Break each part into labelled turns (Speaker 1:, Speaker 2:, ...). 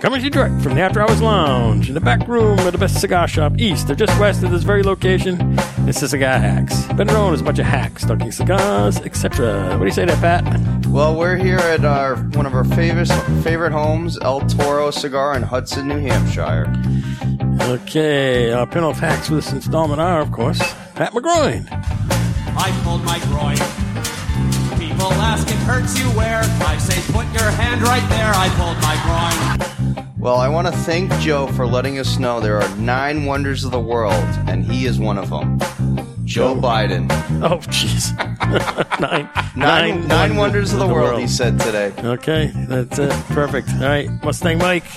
Speaker 1: Coming to you direct from the After Hours Lounge in the back room of the best cigar shop east or just west of this very location. It's the Cigar Hacks, better known as a bunch of hacks, smoking cigars, etc. What do you say to that, Pat?
Speaker 2: Well, we're here at our one of our favorite favorite homes, El Toro Cigar in Hudson, New Hampshire.
Speaker 1: Okay, our pin off hacks for this installment are, of course, Pat McGroin.
Speaker 3: I pulled my groin. People ask it hurts you where. I say put your hand right there. I pulled my groin.
Speaker 2: Well, I want to thank Joe for letting us know there are nine wonders of the world, and he is one of them. Joe Biden.
Speaker 1: Oh, jeez. nine,
Speaker 2: Nine, nine wonders of the, world, he said today.
Speaker 1: Okay, that's it. Perfect. All right, Mustang Mike.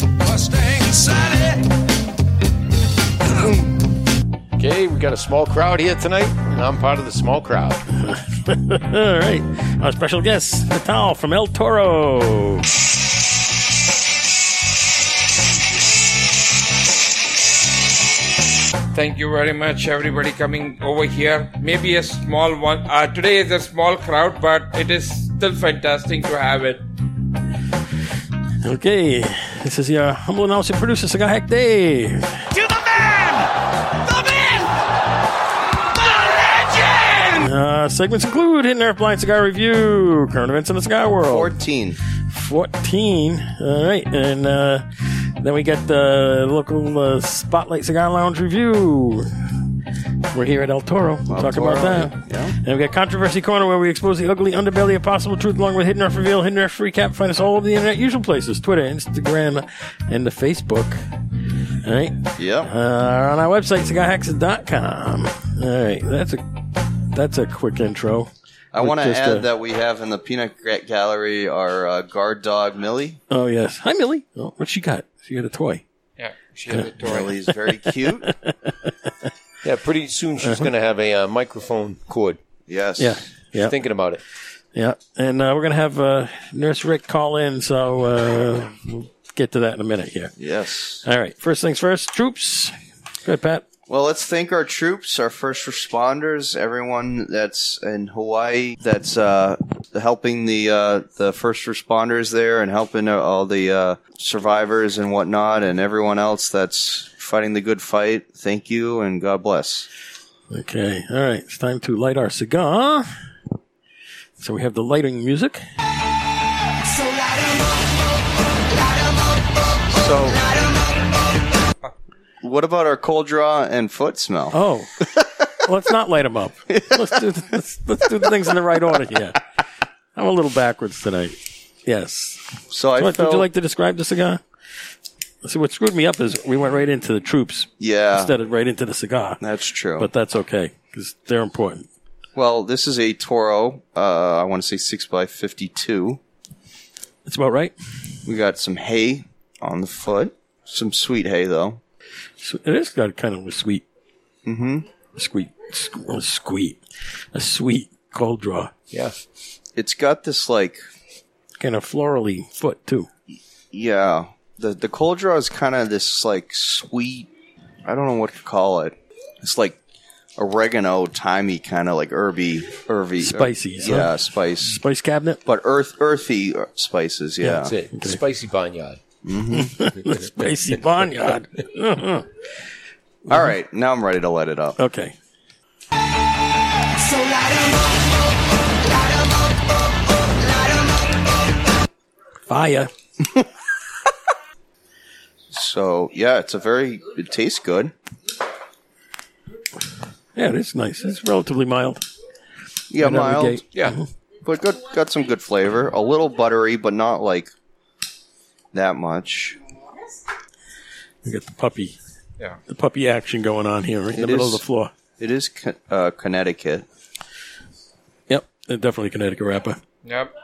Speaker 4: Mustang Sally.
Speaker 5: Okay, we got a small crowd here tonight, and I'm part of the small crowd.
Speaker 1: All right, our special guest, Natal from El Toro.
Speaker 6: Thank you very much, everybody coming over here. Maybe a small one. Uh, today is a small crowd, but it is still fantastic to have it.
Speaker 1: Okay, this is your humble announcer producer, Cigar Hack Dave.
Speaker 3: To the man, the myth, the legend.
Speaker 1: Uh, segments include Hidden Earth Blind Cigar Review, Current Events in the Cigar World.
Speaker 2: 14.
Speaker 1: 14. All right. And uh, then we got the local uh, Spotlight Cigar Lounge review. We're here at El Toro. Talk
Speaker 2: Toro,
Speaker 1: about that.
Speaker 2: yeah.
Speaker 1: And we got Controversy Corner where we expose the ugly underbelly of possible truth along with Hidden Earth Reveal, Hidden Earth Recap. Find us all over the internet, usual places Twitter, Instagram, and the Facebook. All right.
Speaker 2: Yep.
Speaker 1: Uh, on our website, cigarhacks.com. All right. That's a. That's a quick intro.
Speaker 2: I
Speaker 1: With
Speaker 2: want to
Speaker 1: just
Speaker 2: add
Speaker 1: a-
Speaker 2: that we have in the peanut Gra- gallery our uh, guard dog Millie.
Speaker 1: Oh yes, hi Millie. Oh, what she got? She got a toy.
Speaker 6: Yeah, she has a toy.
Speaker 2: Millie's very cute.
Speaker 5: Yeah, pretty soon she's
Speaker 1: Uh-huh.
Speaker 5: going to have a uh, microphone cord.
Speaker 2: Yes.
Speaker 1: Yeah, yeah. Ah,
Speaker 5: Thinking about it.
Speaker 1: Yeah, and uh, we're gonna have uh, Nurse Rick call in, so uh, we'll get to that in a minute here.
Speaker 2: Yes.
Speaker 1: All right, first things first, troops. Good, Pat.
Speaker 2: Well, let's thank our troops, our first responders, everyone that's in Hawaii that's uh, helping the uh, the first responders there and helping uh, all the uh, survivors and whatnot, and everyone else that's fighting the good fight. Thank you and God bless.
Speaker 1: Okay, all right, it's time to light our cigar. So we have the lighting music.
Speaker 2: So, what about our cold draw and foot smell?
Speaker 1: Oh, let's not light them up. Let's do let's, let's do things in the right order here. I'm a little backwards tonight. Yes.
Speaker 2: so I
Speaker 1: What,
Speaker 2: felt,
Speaker 1: would you like to describe the cigar? See, what screwed me up is we went right into the troops
Speaker 2: yeah,
Speaker 1: instead of right into the cigar.
Speaker 2: that's true.
Speaker 1: but that's okay because they're important.
Speaker 2: well, this is a Toro. Uh, I want to say six by fifty-two.
Speaker 1: That's about right.
Speaker 2: We got some hay on the foot. Some sweet hay, though.
Speaker 1: So it is got kind of a sweet, mm-hmm. sweet, squ- sweet, a sweet cold draw,
Speaker 5: Yeah.
Speaker 2: It's got this, like,
Speaker 1: kind of florally foot too.
Speaker 2: yeah. The, the cold draw is kind of this, like, sweet. I don't know what to call it. It's like oregano, timey, kind of like herby, herby. er,
Speaker 1: Spicy, huh?
Speaker 2: Yeah, spice.
Speaker 1: Spice cabinet,
Speaker 2: But earth, earthy spices, yeah.
Speaker 5: That's it. Spicy vineyard.
Speaker 1: spicy barnyard.
Speaker 5: Mm-hmm.
Speaker 2: All right, now I'm ready to let it
Speaker 5: Oh.
Speaker 2: up.
Speaker 1: Okay, fire.
Speaker 2: So, yeah, it's a very, it tastes good.
Speaker 1: Yeah, it is nice. It's relatively mild.
Speaker 2: Yeah,
Speaker 1: Right out of the
Speaker 2: mild.
Speaker 1: gate.
Speaker 5: Mm-hmm.
Speaker 6: Yeah.
Speaker 2: but got got some good flavor. A little buttery, but not like that much.
Speaker 1: We got the puppy,
Speaker 6: Yeah.
Speaker 1: the puppy action going on here, right in the
Speaker 2: It
Speaker 1: middle
Speaker 2: is-
Speaker 1: of the floor.
Speaker 2: It is Con- uh, Connecticut.
Speaker 1: Yep, Uh, definitely Connecticut wrapper.
Speaker 6: Yep.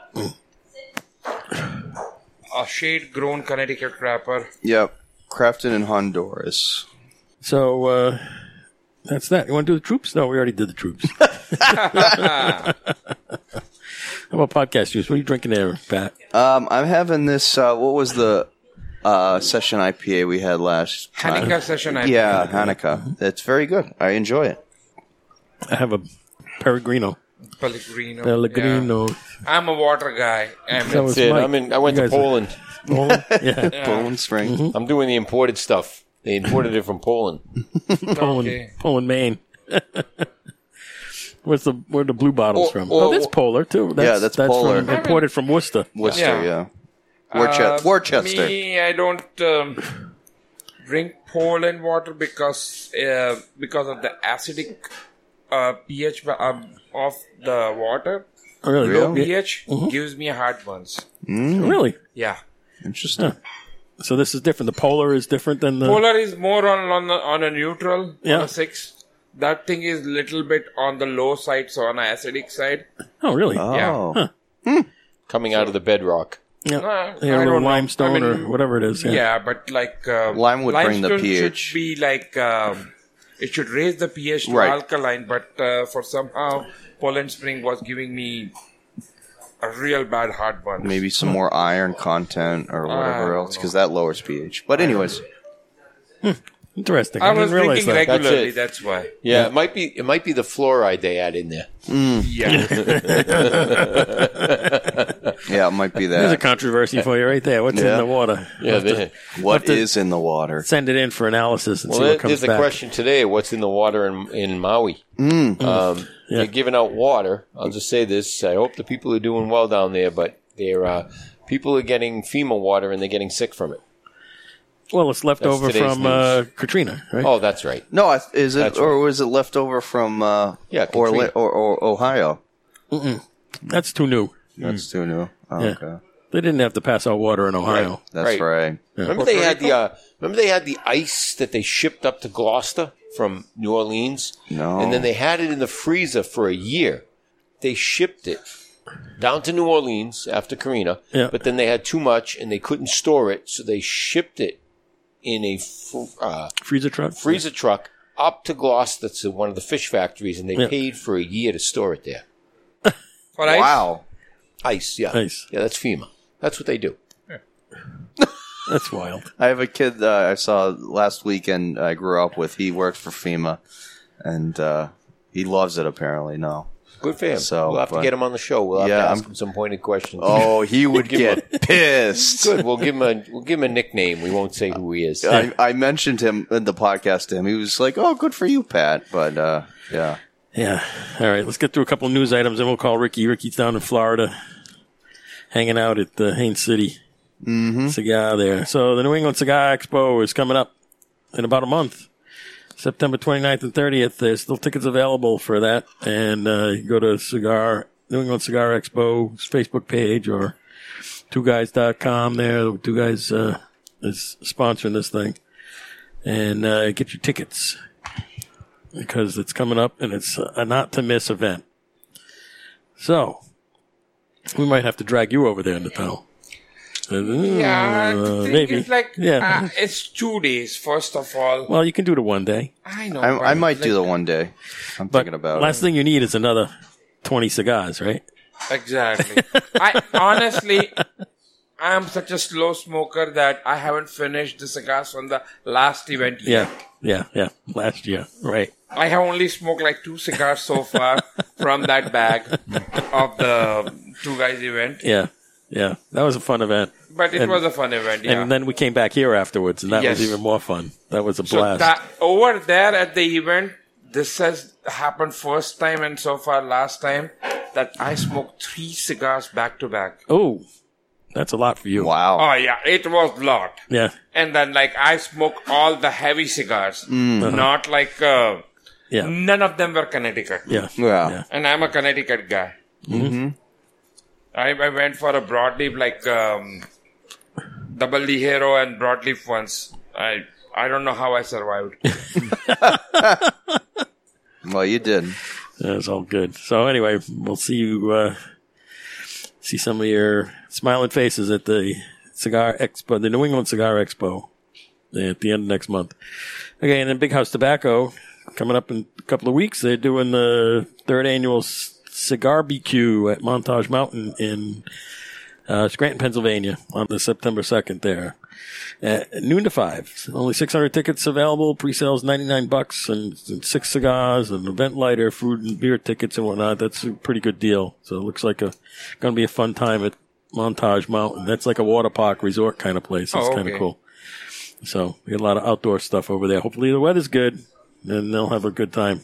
Speaker 6: A shade grown Connecticut wrapper.
Speaker 2: Yep, crafted in Honduras.
Speaker 1: So uh, that's that. You want to do the troops? No, we already did the troops. How about podcast juice? What are you drinking there, Pat?
Speaker 2: Um, I'm having this. Uh, what was the uh, session IPA we had last? Time?
Speaker 6: Hanukkah session. I
Speaker 2: Yeah, Hanukkah. That's very good. I enjoy it.
Speaker 1: I have a Peregrino.
Speaker 6: Pellegrino.
Speaker 1: Pellegrino.
Speaker 6: Yeah. I'm a water guy. I mean,
Speaker 1: So
Speaker 5: That's it. I'm in, I went
Speaker 1: You
Speaker 5: to
Speaker 1: guys are-
Speaker 5: Poland
Speaker 1: Bowling? Yeah.
Speaker 2: Bone spring.
Speaker 5: I'm doing the imported stuff. They imported it from Poland.
Speaker 1: Poland,
Speaker 6: Okay.
Speaker 1: Poland, Maine. Where's the where the blue bottles
Speaker 5: Or-
Speaker 1: from?
Speaker 5: or-
Speaker 1: oh, that's Polar too. That's,
Speaker 2: that's
Speaker 1: from-
Speaker 2: Polar.
Speaker 1: imported from Worcester.
Speaker 2: Worcester,
Speaker 6: Yeah. Uh,
Speaker 2: yeah. Worchet- Worcester.
Speaker 6: Me, I don't um, drink Poland water because uh, because of the acidic uh, pH ba- um, of the water.
Speaker 1: Oh, really?
Speaker 2: Real?
Speaker 1: Yeah, Mm-hmm.
Speaker 6: pH gives me heartburns.
Speaker 1: Really?
Speaker 6: Yeah.
Speaker 2: Interesting.
Speaker 1: So this is different. The Polar is different than the.
Speaker 6: Polar is more on on, the, on a neutral, on
Speaker 1: Yeah.
Speaker 6: a six. That thing is little bit on the low side, so on the acidic side.
Speaker 1: Oh, really?
Speaker 6: Yeah.
Speaker 2: Oh.
Speaker 5: Coming out of the bedrock.
Speaker 1: yeah.
Speaker 6: Uh,
Speaker 1: yeah,
Speaker 6: I
Speaker 1: or
Speaker 6: don't know.
Speaker 1: limestone
Speaker 6: I mean,
Speaker 1: or whatever it is. Yeah.
Speaker 6: Yeah, but like uh,
Speaker 2: Lime would bring the
Speaker 6: limestone
Speaker 2: pH.
Speaker 6: Should be like um, it should raise the pH to
Speaker 2: Right.
Speaker 6: alkaline, but uh, for somehow Poland Spring was giving me a real bad heartburn.
Speaker 2: Maybe some more iron content or whatever
Speaker 6: don't
Speaker 2: else, because that lowers pH. But anyways,
Speaker 1: Interesting. I,
Speaker 6: I
Speaker 1: didn't
Speaker 6: was
Speaker 1: realize
Speaker 6: drinking
Speaker 1: that.
Speaker 5: That's
Speaker 6: regularly.
Speaker 5: it.
Speaker 6: That's, why.
Speaker 5: Yeah, it might be. It might be the fluoride they add in there.
Speaker 6: Yeah.
Speaker 2: yeah, it might be
Speaker 1: There's a
Speaker 2: that.
Speaker 1: controversy for you right there. What's
Speaker 2: Yeah.
Speaker 1: in the water?
Speaker 5: Yeah, they,
Speaker 2: What is in the water?
Speaker 1: Send it in for analysis and
Speaker 5: well,
Speaker 1: see
Speaker 5: there-
Speaker 1: what comes
Speaker 5: there's a
Speaker 1: back.
Speaker 5: question today. What's in the water in in Maui?
Speaker 1: Mm.
Speaker 5: Um, They're giving out water. I'll just say this. I hope the people are doing well down there, but they're uh, people are getting FEMA water and they're getting sick from it.
Speaker 1: Well, it's left
Speaker 5: That's
Speaker 1: over
Speaker 5: today's
Speaker 1: from
Speaker 5: news.
Speaker 1: uh, Katrina, right?
Speaker 5: Oh, that's right.
Speaker 2: No, I- is it
Speaker 5: That's
Speaker 2: or was it left over from uh,
Speaker 5: Yeah,
Speaker 2: Orla-
Speaker 5: Katrina.
Speaker 2: or, or Ohio?
Speaker 1: That's too new.
Speaker 2: That's too new. Oh,
Speaker 1: Hmm. Yeah.
Speaker 2: Okay,
Speaker 1: They didn't have to pass out water in Ohio.
Speaker 2: that's
Speaker 5: Right.
Speaker 2: right.
Speaker 5: Remember they had the uh, remember they had the ice that they shipped up to Gloucester from New Orleans.
Speaker 2: No.
Speaker 5: and then they had it in the freezer for a year. They shipped it down to New Orleans after Karina,
Speaker 1: Yeah.
Speaker 5: but then they had too much and they couldn't store it, so they shipped it in a fr- uh,
Speaker 1: Freezer truck.
Speaker 5: freezer truck up to Gloucester to one of the fish factories, and they
Speaker 1: Yeah.
Speaker 5: paid for a year to store it there.
Speaker 6: All right.
Speaker 2: Wow.
Speaker 5: Ice, yeah,
Speaker 1: Ice.
Speaker 5: yeah, that's FEMA. That's what they do.
Speaker 1: That's wild.
Speaker 2: I have a kid that I saw last weekend. I grew up with. He worked for FEMA, and uh, he loves it. Apparently, no.
Speaker 5: Good for him.
Speaker 2: So,
Speaker 5: we'll have to
Speaker 2: but-
Speaker 5: get him on the show. We'll have
Speaker 2: Yeah,
Speaker 5: to ask
Speaker 2: I'm-
Speaker 5: him some pointed questions.
Speaker 2: Oh, he would
Speaker 5: Give him
Speaker 2: get pissed.
Speaker 5: Good. We'll give him a we'll give him a nickname. We won't say who he is.
Speaker 2: I, I mentioned him in the podcast to him. He was like, "Oh, good for you, Pat." But uh, yeah,
Speaker 1: Yeah. All right. Let's get through a couple news items, and we'll call Ricky. Ricky's down in Florida, hanging out at the Haines City cigar there. Mm-hmm. So the New England Cigar Expo is coming up in about a month, September 29th and 30th. There's still tickets available for that, and uh, you go to Cigar New England Cigar Expo's Facebook page or twoguys.com. There, two guys uh, is sponsoring this thing, and uh, get your tickets because it's coming up and it's a not to miss event. So we might have to drag you over there, Natal.
Speaker 6: Yeah, the thing
Speaker 1: Uh, maybe.
Speaker 6: is like
Speaker 1: Yeah.
Speaker 6: uh, it's two days. First of all,
Speaker 1: Well, you can do it one day,
Speaker 6: I know.
Speaker 2: I, I
Speaker 6: but
Speaker 2: might do
Speaker 6: like-
Speaker 2: that one day. I'm
Speaker 1: but
Speaker 2: thinking about
Speaker 1: last
Speaker 2: it.
Speaker 1: thing you need is another twenty cigars, right?
Speaker 6: Exactly. I honestly, I am such a slow smoker that I haven't finished the cigars from the last event yet.
Speaker 1: Yeah, yeah, yeah. Last year, right?
Speaker 6: I have only smoked like two cigars so far from that bag of the two guys event,
Speaker 1: Yeah, yeah. That was a fun event,
Speaker 6: but it
Speaker 1: And-
Speaker 6: was a fun event. Yeah.
Speaker 1: and then we came back here afterwards, and that
Speaker 6: Yes.
Speaker 1: was even more fun. That was a
Speaker 6: so
Speaker 1: blast.
Speaker 6: that, over there at the event, this has happened first time and so far last time that I smoked three cigars back to back.
Speaker 1: oh, that's a lot for you.
Speaker 2: Wow.
Speaker 6: Oh yeah, it was lot.
Speaker 1: Yeah,
Speaker 6: and then like I smoke all the heavy cigars,
Speaker 1: Mm.
Speaker 6: not like uh,
Speaker 1: yeah,
Speaker 6: none of them were Connecticut,
Speaker 1: yeah,
Speaker 2: Yeah.
Speaker 6: and I'm a Connecticut guy. I, I went for a broadleaf like um, double D hero and broadleaf ones. I I don't know how I survived.
Speaker 2: Well, you did.
Speaker 1: That's all good. So anyway, we'll see you uh, see some of your smiling faces at the cigar expo, the New England Cigar Expo, at the end of next month. Okay, and then Big House Tobacco coming up in a couple of weeks. They're doing the third annual c- cigar BQ at Montage Mountain in uh, Scranton, Pennsylvania, on the September second. There at noon to five. Only 600 tickets available. Pre-sales 99 bucks and, and six cigars, an event lighter, food and beer tickets and whatnot. That's a pretty good deal. So it looks like a going to be a fun time at Montage Mountain. That's like a water park resort kind of place. It's
Speaker 6: Oh,
Speaker 1: kind of
Speaker 6: okay.
Speaker 1: cool. So we got a lot of outdoor stuff over there. Hopefully the weather's good, and they'll have a good time.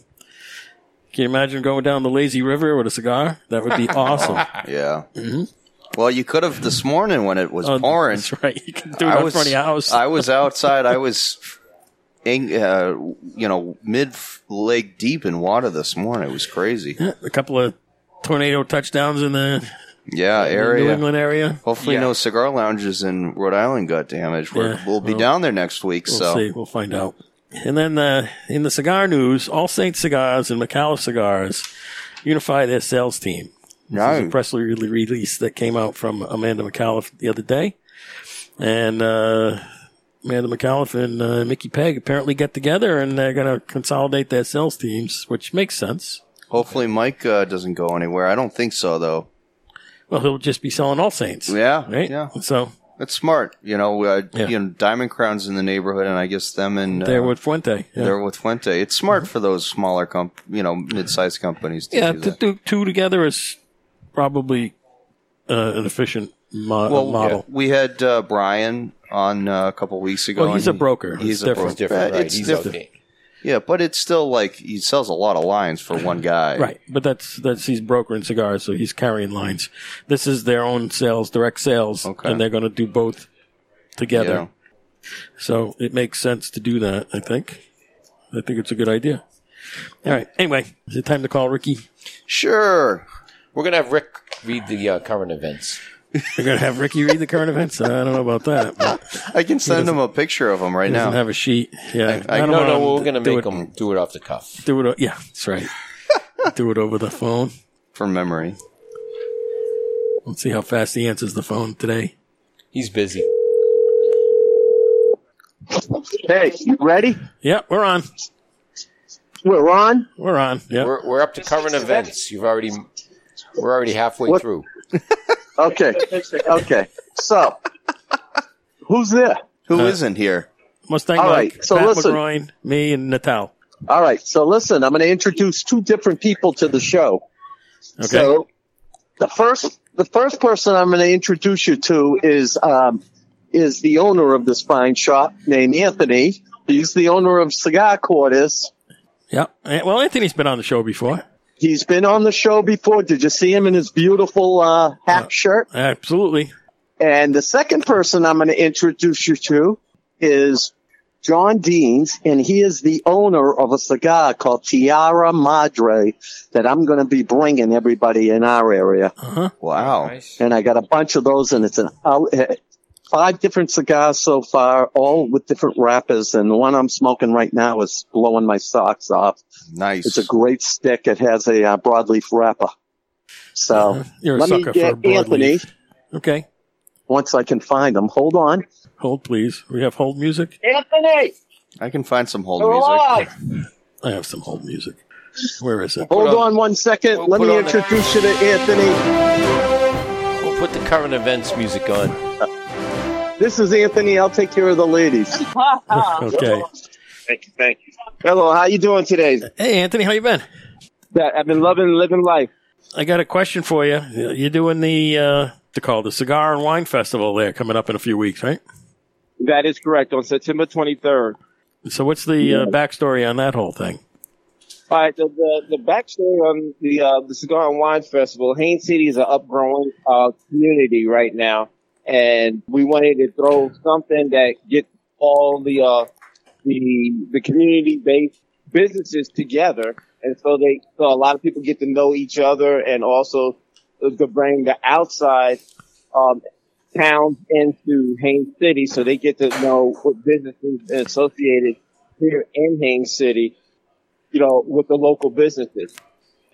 Speaker 1: Can you imagine going down the lazy river with a cigar? That would be awesome.
Speaker 2: Yeah. Well, you could have this morning when it was
Speaker 1: Oh,
Speaker 2: pouring.
Speaker 1: Mm-hmm. That's right. You can do it out front of your house.
Speaker 2: I was outside. I was, in, uh, you know, mid leg deep in water this morning. It was crazy.
Speaker 1: a couple of tornado touchdowns in the
Speaker 2: Yeah,
Speaker 1: New
Speaker 2: area.
Speaker 1: England area.
Speaker 2: Hopefully,
Speaker 6: Yeah.
Speaker 2: no cigar lounges in Rhode Island got damaged. We're,
Speaker 1: Yeah,
Speaker 2: we'll be
Speaker 1: well,
Speaker 2: down there next week.
Speaker 1: We'll
Speaker 2: so
Speaker 1: see. We'll find out. And then uh, in the cigar news, All Saints Cigars and McAuliffe Cigars unify their sales team. This is a
Speaker 2: no,
Speaker 1: press re- release that came out from Amanda McAuliffe the other day. And uh, Amanda McAuliffe and uh, Mickey Pegg apparently get together and they're going to consolidate their sales teams, which makes sense.
Speaker 2: hopefully Mike uh, doesn't go anywhere. I don't think so, though.
Speaker 1: Well, he'll just be selling All Saints.
Speaker 2: Yeah,
Speaker 1: Right?
Speaker 2: yeah.
Speaker 1: So
Speaker 2: That's smart. You know, uh,
Speaker 1: Yeah.
Speaker 2: you know, Diamond Crown's in the neighborhood, and I guess them and uh,
Speaker 1: they're with Fuente. Yeah. Mm-hmm.
Speaker 2: they're with Fuente. It's smart for those smaller comp, you know, mid-sized companies. To
Speaker 1: Yeah,
Speaker 2: do
Speaker 1: to
Speaker 2: that.
Speaker 1: do two together is probably uh, an efficient mo-
Speaker 2: well,
Speaker 1: model.
Speaker 2: we had uh, Brian on uh, a couple weeks ago.
Speaker 1: Well, he's
Speaker 2: and
Speaker 1: a broker.
Speaker 2: He's
Speaker 1: It's
Speaker 2: a
Speaker 1: different.
Speaker 2: broker.
Speaker 5: It's different,
Speaker 2: Uh,
Speaker 5: right?
Speaker 2: It's
Speaker 5: He's
Speaker 2: different.
Speaker 5: outdated.
Speaker 2: Yeah, but it's still like he sells a lot of lines for one guy.
Speaker 1: Right, but that's that's he's brokering cigars, so he's carrying lines. This is their own sales, direct sales,
Speaker 2: Okay.
Speaker 1: and they're going to do both
Speaker 2: You
Speaker 1: together.
Speaker 2: know.
Speaker 1: So it makes sense to do that. I think. I think it's a good idea. All right. Anyway, is it time to call Ricky?
Speaker 2: Sure.
Speaker 5: We're gonna have Rick read the uh, current events.
Speaker 1: We're going to have Ricky read the current events. I don't know about that. But
Speaker 2: I can send him a picture of him right
Speaker 1: he
Speaker 2: now.
Speaker 1: doesn't have a sheet. Yeah.
Speaker 2: I-
Speaker 1: don't
Speaker 5: No,
Speaker 1: wanna
Speaker 5: no, we're gonna
Speaker 1: do
Speaker 5: make
Speaker 1: it-
Speaker 5: him do it off the cuff.
Speaker 1: do it. o- Yeah, that's right. do it over the phone.
Speaker 2: from memory.
Speaker 1: Let's see how fast he answers the phone today.
Speaker 5: He's busy.
Speaker 7: Hey, you ready?
Speaker 1: Yeah, we're on.
Speaker 7: We're on.
Speaker 1: We're on. Yeah.
Speaker 5: We're, we're up to current events. You've already we're already halfway
Speaker 7: What-
Speaker 5: through.
Speaker 7: Okay. Okay. So, who's there?
Speaker 2: Who
Speaker 1: Uh,
Speaker 2: not here?
Speaker 1: Mustang
Speaker 7: All
Speaker 1: Mike,
Speaker 7: right, so
Speaker 1: Pat
Speaker 7: listen.
Speaker 1: McGroin, me, and Natal.
Speaker 7: All right. So, listen, I'm going to introduce two different people to the show.
Speaker 1: Okay.
Speaker 7: So, the first the first person I'm going to introduce you to is um, is the owner of this fine shop named Anthony. He's the owner of Cigar Quarters.
Speaker 1: yeah. Eh, Well, Anthony's been on the show before.
Speaker 7: He's been on the show before. Did you see him in his beautiful uh, hat shirt?
Speaker 1: Absolutely.
Speaker 7: And the second person I'm going to introduce you to is John Deans, and he is the owner of a cigar called Tiara Madre that I'm going to be bringing everybody in our area.
Speaker 2: Wow.
Speaker 6: Nice.
Speaker 7: And I got a bunch of those, and it's an out- eh, five different cigars so far, all with different wrappers. And the one I'm smoking right now is blowing my socks off.
Speaker 2: Nice.
Speaker 7: It's a great stick. It has a uh, broadleaf wrapper. So
Speaker 1: Uh-huh. You're a
Speaker 7: let me
Speaker 1: sucker for
Speaker 7: get
Speaker 1: broadleaf.
Speaker 7: Anthony
Speaker 1: Okay.
Speaker 7: once I can find him. Hold on.
Speaker 1: Hold, please. We have hold music.
Speaker 7: Anthony!
Speaker 2: I can find some hold
Speaker 7: We're
Speaker 2: music.
Speaker 7: live.
Speaker 1: I have some hold music. Where is it?
Speaker 7: Hold
Speaker 5: Put on-
Speaker 7: on one second.
Speaker 5: We'll
Speaker 7: Let
Speaker 5: put
Speaker 7: me
Speaker 5: on the-
Speaker 7: introduce you to Anthony.
Speaker 5: We'll put the current events music on.
Speaker 7: This is Anthony. I'll take care of the ladies.
Speaker 1: Okay.
Speaker 7: Thank you. Thank you. Hello. How you doing today?
Speaker 1: Hey, Anthony, how you been?
Speaker 7: I've been loving living life.
Speaker 1: I got a question for you. You're doing the uh, the call the cigar and wine festival there coming up in a few weeks, right?
Speaker 7: That is correct. On September 23rd.
Speaker 1: So, what's the uh, backstory on that whole thing?
Speaker 7: All right, the, the, the backstory on the uh, the Cigar and Wine Festival, Haines City is an upgrowing uh, community right now, and we wanted to throw something that gets all the uh, the the community based businesses together, and so they so a lot of people get to know each other, and also to bring the outside um, towns into Haines City, so they get to know what businesses are associated here in Haines City you know, with the local businesses.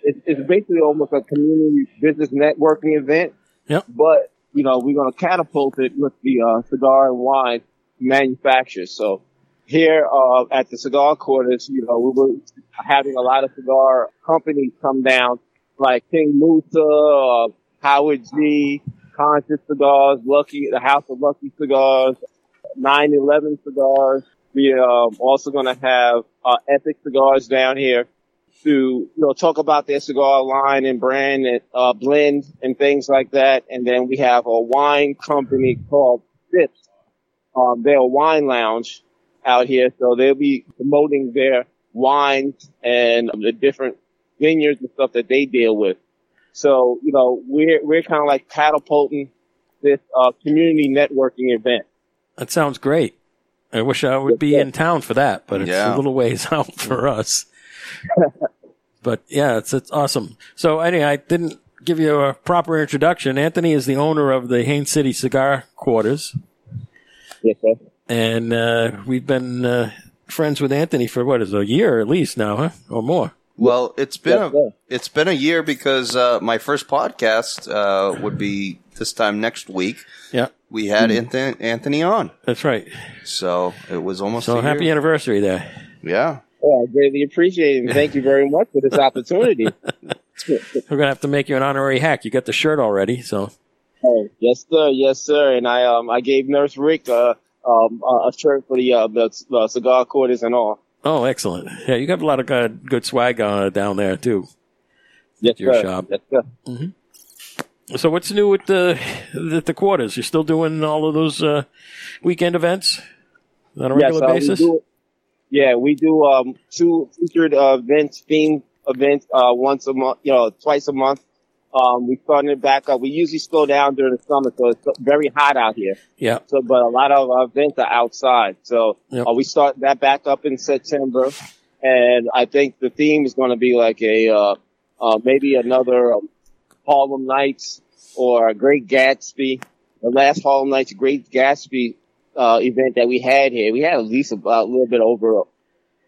Speaker 7: It's, it's basically almost a community business networking event.
Speaker 1: Yep.
Speaker 7: But, you know, we're going to catapult it with the uh, cigar and wine manufacturers. So here uh, at the cigar quarters, you know, we were having a lot of cigar companies come down, like King Musa, uh, Howard G, Conscious Cigars, Lucky, the House of Lucky Cigars, um, 911 Cigars. We are also going to have uh, Epic Cigars down here. to you know talk about their cigar line and brand and uh, blend and things like that. And then we have a wine company called Sips. Um, they're a wine lounge out here, so they'll be promoting their wines and the different vineyards and stuff that they deal with. So you know we're we're kind of like catapulting this uh, community networking event.
Speaker 1: That sounds great. I wish I would be in town for that, but it's a
Speaker 2: Yeah.
Speaker 1: little ways out for us. but yeah, it's it's awesome. So anyway, I didn't give you a proper introduction. Anthony is the owner of the Haines City Cigar Quarters,
Speaker 7: Yes, sir.
Speaker 1: and uh, we've been uh, friends with Anthony for what is it, a year at least now, huh, or more.
Speaker 2: Well, it's been
Speaker 7: Yes,
Speaker 2: a
Speaker 7: sir.
Speaker 2: it's been a year because uh, my first podcast uh, would be this time next week.
Speaker 1: Yeah, Hmm.
Speaker 2: We had Anthony, Anthony on,
Speaker 1: that's right.
Speaker 2: so it was almost
Speaker 1: So
Speaker 2: a
Speaker 1: happy
Speaker 2: year.
Speaker 1: anniversary there.
Speaker 2: Yeah,
Speaker 7: Well, Oh, I greatly appreciate it. And thank you very much for this opportunity.
Speaker 1: We're gonna have to make you an honorary hack. You got the shirt already, so
Speaker 7: Oh, yes, sir. Yes, sir. And I um I gave Nurse Rick uh, um a a shirt for the uh, the uh, cigar quarters and all.
Speaker 1: oh, excellent. Yeah, you got a lot of good, good swag uh, down there too.
Speaker 7: Yes,
Speaker 1: Your
Speaker 7: sir.
Speaker 1: shop.
Speaker 7: Yes, sir.
Speaker 1: So what's new with the the, the quarters? You're still doing all of those uh, weekend events on a regular
Speaker 7: Yes, uh, we
Speaker 1: basis?
Speaker 7: do- yeah, we do um two featured uh, events, themed events uh once a month, you know, twice a month. Um, we starting it back up. We usually slow down during the summer, so it's very hot out here.
Speaker 1: Yeah,
Speaker 7: So, but a lot of our events are outside. So
Speaker 1: Yep.
Speaker 7: uh, we start that back up in September, and I think the theme is going to be like a uh, uh, maybe another um, Harlem Nights or a Great Gatsby. The last Harlem Nights Great Gatsby uh, event that we had here, we had at least about a little bit over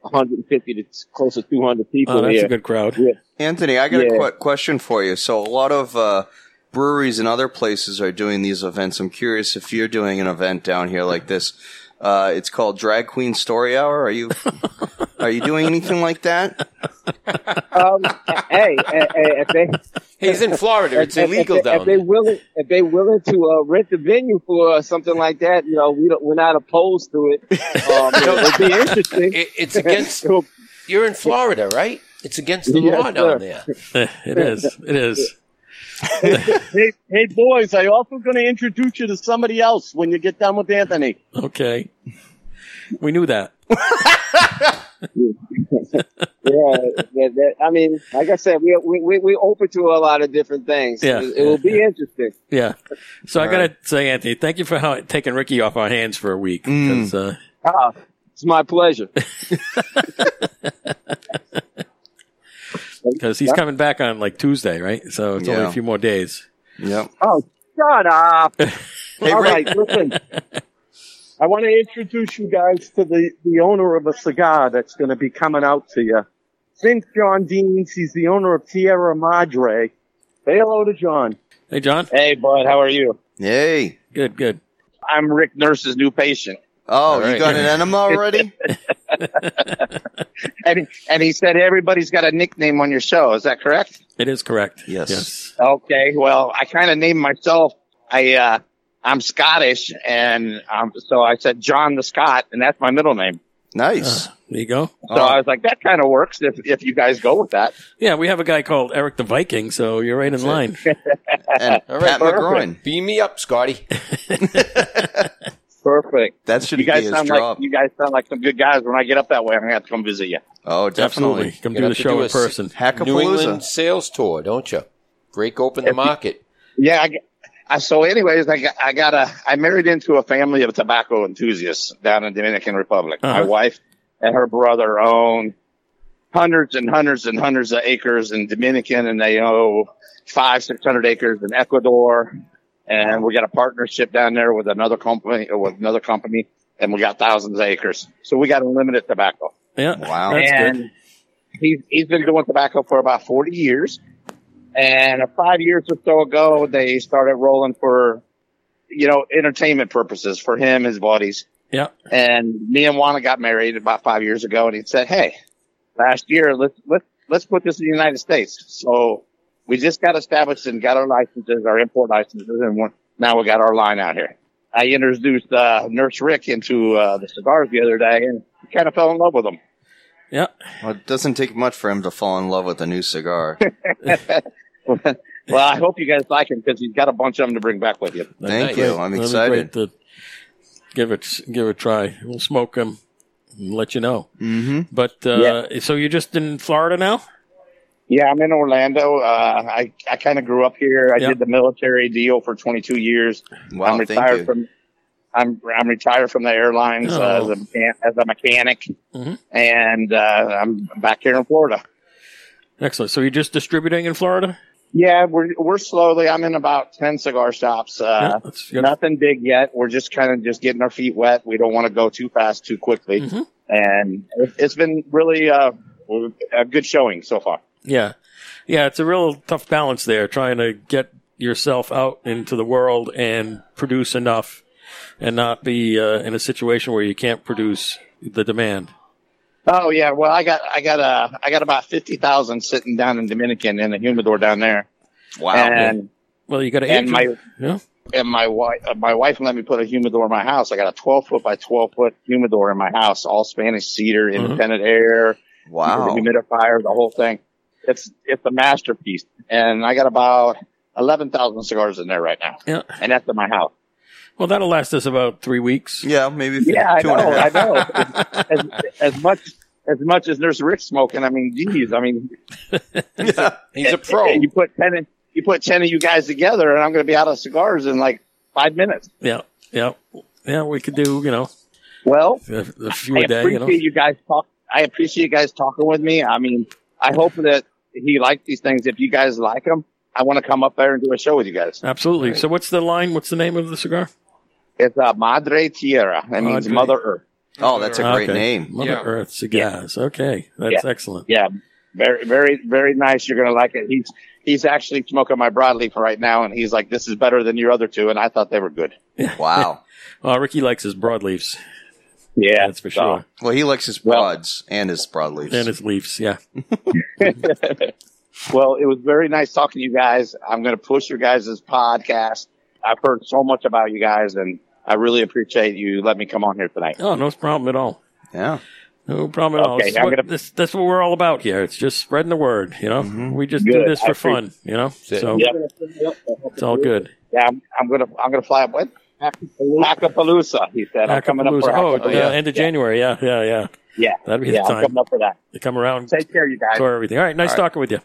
Speaker 7: 150 to close to 200 people
Speaker 1: oh, that's
Speaker 7: here.
Speaker 1: a good crowd.
Speaker 7: Yeah.
Speaker 2: Anthony, I got
Speaker 7: Yeah.
Speaker 2: a quick question for you. So a lot of uh, breweries and other places are doing these events. I'm curious if you're doing an event down here like this. Uh, it's called Drag Queen Story Hour. Are you are you doing anything like that?
Speaker 7: Um, hey, hey, hey, if they
Speaker 5: He's in Florida. It's
Speaker 7: if-
Speaker 5: illegal
Speaker 7: if, they-
Speaker 5: down
Speaker 7: if they
Speaker 5: there.
Speaker 7: willing if they willing to uh, rent the venue for us, something like that you know we don't, we're not opposed to it um, it would be interesting
Speaker 5: It, it's against.
Speaker 7: It'll-
Speaker 5: You're in Florida, right? It's against the
Speaker 7: Yes,
Speaker 5: law
Speaker 7: sir.
Speaker 5: down there.
Speaker 1: Eh, It is. It is.
Speaker 8: Hey, hey, boys, I also going to introduce you to somebody else when you get done with Anthony.
Speaker 1: Okay. We knew that.
Speaker 7: yeah that, that, i mean like i said we we we we open to a lot of different things
Speaker 1: Yeah.
Speaker 7: it, it will be interesting
Speaker 1: Yeah. So I
Speaker 2: All
Speaker 1: got to say, Anthony, thank you for how, taking Ricky off our hands for a week.
Speaker 2: Mm.
Speaker 1: 'cause, uh,
Speaker 7: Ah, it's my pleasure
Speaker 1: 'cause he's coming back on like Tuesday, right? So it's only
Speaker 2: Yeah.
Speaker 1: a few more days.
Speaker 2: Yep.
Speaker 7: oh shut up
Speaker 2: Hey,
Speaker 8: All
Speaker 2: Rick,
Speaker 8: right, listen. I want to introduce you guys to the, the owner of a cigar that's going to be coming out to you. Since John Deans, he's the owner of Tierra Madre. Say hello to John.
Speaker 1: Hey, John.
Speaker 8: Hey, bud, how are you?
Speaker 2: Hey.
Speaker 1: Good, good.
Speaker 8: I'm Rick Nurse's new patient.
Speaker 2: Oh,
Speaker 1: right.
Speaker 2: you got an enema already?
Speaker 8: And, and he said everybody's got a nickname on your show. Is that correct?
Speaker 1: It is correct.
Speaker 2: Yes.
Speaker 1: Yes.
Speaker 8: Okay, well, I kind of named myself. I uh, I'm Scottish, and um, so I said John the Scot, and that's my middle name.
Speaker 2: nice.
Speaker 1: There you go.
Speaker 2: Oh.
Speaker 8: So I was like, that kind of works if if you guys go with that.
Speaker 1: Yeah, we have a guy called Eric the Viking, so you're right in line.
Speaker 2: and
Speaker 5: All right,
Speaker 2: Pat McGroin.
Speaker 5: Beam me up, Scotty.
Speaker 8: Perfect.
Speaker 2: That should
Speaker 8: You
Speaker 2: be
Speaker 8: guys
Speaker 2: his
Speaker 8: sound
Speaker 2: drop.
Speaker 8: like you guys sound like some good guys. When I get up that way, I'm gonna have to come visit you.
Speaker 2: oh, definitely.
Speaker 1: Come do
Speaker 5: You're gonna
Speaker 1: the
Speaker 5: have to
Speaker 1: show
Speaker 5: do
Speaker 1: in
Speaker 5: a s-
Speaker 1: person.
Speaker 5: New England
Speaker 2: Hackapalooza.
Speaker 5: sales tour, don't you? Break open the market.
Speaker 8: Yeah. I, g- I- so, anyways, I got, I got a I married into a family of tobacco enthusiasts down in Dominican Republic. My
Speaker 1: Uh-huh.
Speaker 8: wife and her brother own hundreds and hundreds and hundreds of acres in Dominican, and they own five six hundred acres in Ecuador. And we got a partnership down there with another company with another company, and we got thousands of acres. So we got unlimited tobacco
Speaker 1: Yeah.
Speaker 2: Wow.
Speaker 1: That's
Speaker 8: and
Speaker 1: good.
Speaker 8: he's he's been doing tobacco for about forty years. And uh, five years or so ago, they started rolling for, you know, entertainment purposes for him, his buddies.
Speaker 1: Yeah.
Speaker 8: And me and Juana got married about five years ago, and he said, "Hey, last year let's let's let's put this in the United States." So we just got established and got our licenses, our import licenses, and we're, now we got our line out here. I introduced uh, Nurse Rick into uh, the cigars the other day, and kind of fell in love with them.
Speaker 1: Yeah.
Speaker 2: Well, it doesn't take much for him to fall in love with a new cigar.
Speaker 8: Well, I hope you guys like him because he's got a bunch of them to bring back with you.
Speaker 2: Thank you. I'm
Speaker 1: That'd be great
Speaker 2: excited.
Speaker 1: to give it give it a try. We'll smoke them and let you know. Mm-hmm. But uh, so you're just in Florida now?
Speaker 8: Yeah, I'm in Orlando. Uh, I I kind of grew up here. I
Speaker 1: Yeah.
Speaker 8: did the military deal for 22 years.
Speaker 2: Wow,
Speaker 8: I'm
Speaker 2: thank
Speaker 8: retired
Speaker 2: you.
Speaker 8: from. I'm I'm retired from the airlines uh, as
Speaker 1: Oh.
Speaker 8: a mechan- as a mechanic, and uh, I'm back here in Florida.
Speaker 1: Excellent. So you're just distributing in Florida?
Speaker 8: Yeah, we're we're slowly. I'm in about 10 cigar shops.
Speaker 1: Yeah,
Speaker 8: Uh,
Speaker 1: that's good.
Speaker 8: Nothing big yet. We're just kind of just getting our feet wet. We don't want to go too fast, too quickly, and it- it's been really uh, a good showing so far.
Speaker 1: Yeah. Yeah, it's a real tough balance there, trying to get yourself out into the world and produce enough and not be uh, in a situation where you can't produce the demand.
Speaker 8: Oh yeah, well I got I got uh, I got about fifty thousand sitting down in Dominican in a humidor down there,
Speaker 2: Wow.
Speaker 8: and
Speaker 1: Well, you got to
Speaker 8: And
Speaker 1: age
Speaker 8: my-
Speaker 1: it, yeah?
Speaker 8: and my wife uh, my wife let me put a humidor in my house. I got a twelve foot by twelve foot humidor in my house, all Spanish cedar,
Speaker 1: Mm-hmm.
Speaker 8: independent air,
Speaker 2: wow.
Speaker 8: the humidifier, the whole thing. It's it's a masterpiece, and I got about eleven thousand cigars in there right now,
Speaker 1: Yeah.
Speaker 8: and that's in my house.
Speaker 1: Well, that'll last us about three weeks.
Speaker 2: Yeah, maybe f-
Speaker 8: Yeah, I
Speaker 2: two and a
Speaker 8: know, I
Speaker 2: half.
Speaker 8: know. As, as, as much as much as Nurse Rick's smoking, I mean, geez, I mean,
Speaker 5: He's a pro.
Speaker 8: And you put ten in, you put ten of you guys together, and I'm going to be out of cigars in like five minutes.
Speaker 1: Yeah, yeah, yeah. We could do, you know,
Speaker 8: Well,
Speaker 1: a, a few
Speaker 8: I
Speaker 1: a day.
Speaker 8: appreciate
Speaker 1: You know,
Speaker 8: you guys talk. I appreciate you guys talking with me. I mean, I hope that he liked these things. If you guys like them, I want to come up there and do a show with you guys.
Speaker 1: absolutely. So, what's the line? What's the name of the cigar?
Speaker 8: It's uh, Madre Tierra. That means
Speaker 1: Madre.
Speaker 8: Mother Earth.
Speaker 2: Oh, that's a great
Speaker 1: Okay.
Speaker 2: name.
Speaker 1: Mother
Speaker 6: Yeah.
Speaker 1: Earth cigars. Okay, that's excellent.
Speaker 8: Yeah, very, very, very nice. You're going to like it. He's he's actually smoking my broadleaf right now, and he's like, "This is better than your other two, and I thought they were good.
Speaker 2: Wow.
Speaker 1: Oh, Ricky likes his broadleaves.
Speaker 8: Yeah, Oh.
Speaker 1: That's for
Speaker 8: so-
Speaker 1: sure.
Speaker 2: Well, he likes his broads and his broadleaves.
Speaker 1: And his leaves. Yeah.
Speaker 8: Well, it was very nice talking to you guys. I'm going to push your guys' podcast. I've heard so much about you guys, and I really appreciate you letting me come on here tonight.
Speaker 1: Oh, no problem at all.
Speaker 2: yeah.
Speaker 1: No problem at all.
Speaker 8: Okay,
Speaker 1: This is
Speaker 8: I'm
Speaker 1: what-
Speaker 8: gonna-
Speaker 1: this- that's what we're all about here. It's just spreading the word. You know, we just do
Speaker 8: Good.
Speaker 1: this
Speaker 8: I
Speaker 1: for fun.
Speaker 8: appreciate-
Speaker 1: You know,
Speaker 5: it.
Speaker 1: so
Speaker 8: Yep.
Speaker 1: it's all good.
Speaker 8: Yeah, I'm, I'm gonna I'm gonna fly up with Hackapalooza. He said I'm coming up for
Speaker 1: Acapulco. Oh,
Speaker 8: Hackapalooza.
Speaker 1: uh,
Speaker 5: yeah.
Speaker 1: end of January. Yeah, yeah, yeah.
Speaker 8: yeah,
Speaker 1: That'd be
Speaker 8: yeah,
Speaker 1: the
Speaker 8: I'm
Speaker 1: time.
Speaker 8: coming up for that.
Speaker 1: They come around,
Speaker 8: Take care, you guys.
Speaker 1: tour everything. All right, nice talking with you.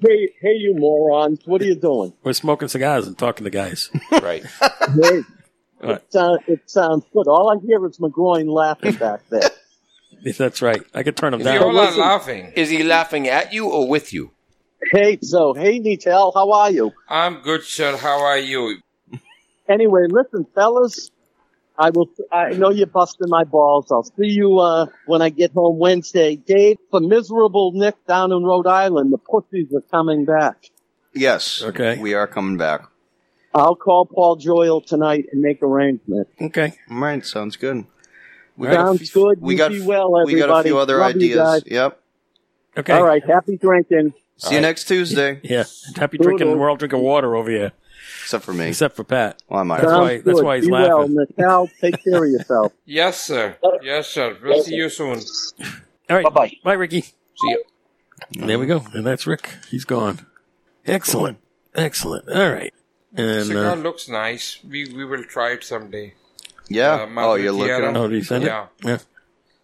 Speaker 7: Hey, hey, you morons! What are you doing?
Speaker 1: We're smoking cigars and talking to guys.
Speaker 5: right.
Speaker 7: Hey,
Speaker 1: All right.
Speaker 7: it, sound, it sounds good. All I hear is McGroin laughing back there.
Speaker 1: That's right. I could turn them
Speaker 6: We
Speaker 1: down.
Speaker 6: all are
Speaker 7: listen.
Speaker 6: laughing.
Speaker 5: Is he laughing at you or with you?
Speaker 7: hey, so hey, Nitel, how are you?
Speaker 6: I'm good, sir. How are you?
Speaker 7: Anyway, listen, fellas. I will. I know you're busting my balls. I'll see you uh, when I get home Wednesday, Dave. For miserable Nick down in Rhode Island, the pussies are coming back.
Speaker 2: Yes.
Speaker 1: Okay.
Speaker 2: We are coming back.
Speaker 7: I'll call Paul Joyle tonight and make arrangements.
Speaker 1: Okay.
Speaker 2: All right. Sounds good. We
Speaker 7: Sounds good.
Speaker 2: We
Speaker 7: you
Speaker 2: got
Speaker 7: be well, everybody.
Speaker 2: we got a few other
Speaker 7: Love you guys.
Speaker 2: ideas. Yep.
Speaker 1: Okay.
Speaker 7: All right, happy drinking.
Speaker 2: See you next Tuesday.
Speaker 1: Yeah. Happy drinking. We're all drinking water over here,
Speaker 2: Except for me.
Speaker 1: except for Pat.
Speaker 2: Well, I'm all
Speaker 1: That's
Speaker 2: right.
Speaker 7: Sounds
Speaker 1: why- that's
Speaker 7: good.
Speaker 1: why he's
Speaker 7: Be Well,
Speaker 1: laughing.
Speaker 7: Natal, take care of yourself.
Speaker 6: Yes, sir. Yes, sir. We'll see you soon. See
Speaker 1: All right.
Speaker 8: Bye-bye.
Speaker 1: Bye, Ricky.
Speaker 6: you.
Speaker 1: There we go. And that's Rick. He's gone. Excellent. Excellent. All right. And
Speaker 6: Cigar
Speaker 1: uh,
Speaker 6: looks nice. We we will try it someday.
Speaker 2: Yeah.
Speaker 6: Uh,
Speaker 2: oh, you're looking.
Speaker 6: Madre Tierra.
Speaker 1: oh, did he send
Speaker 6: Yeah.
Speaker 1: it? Yeah.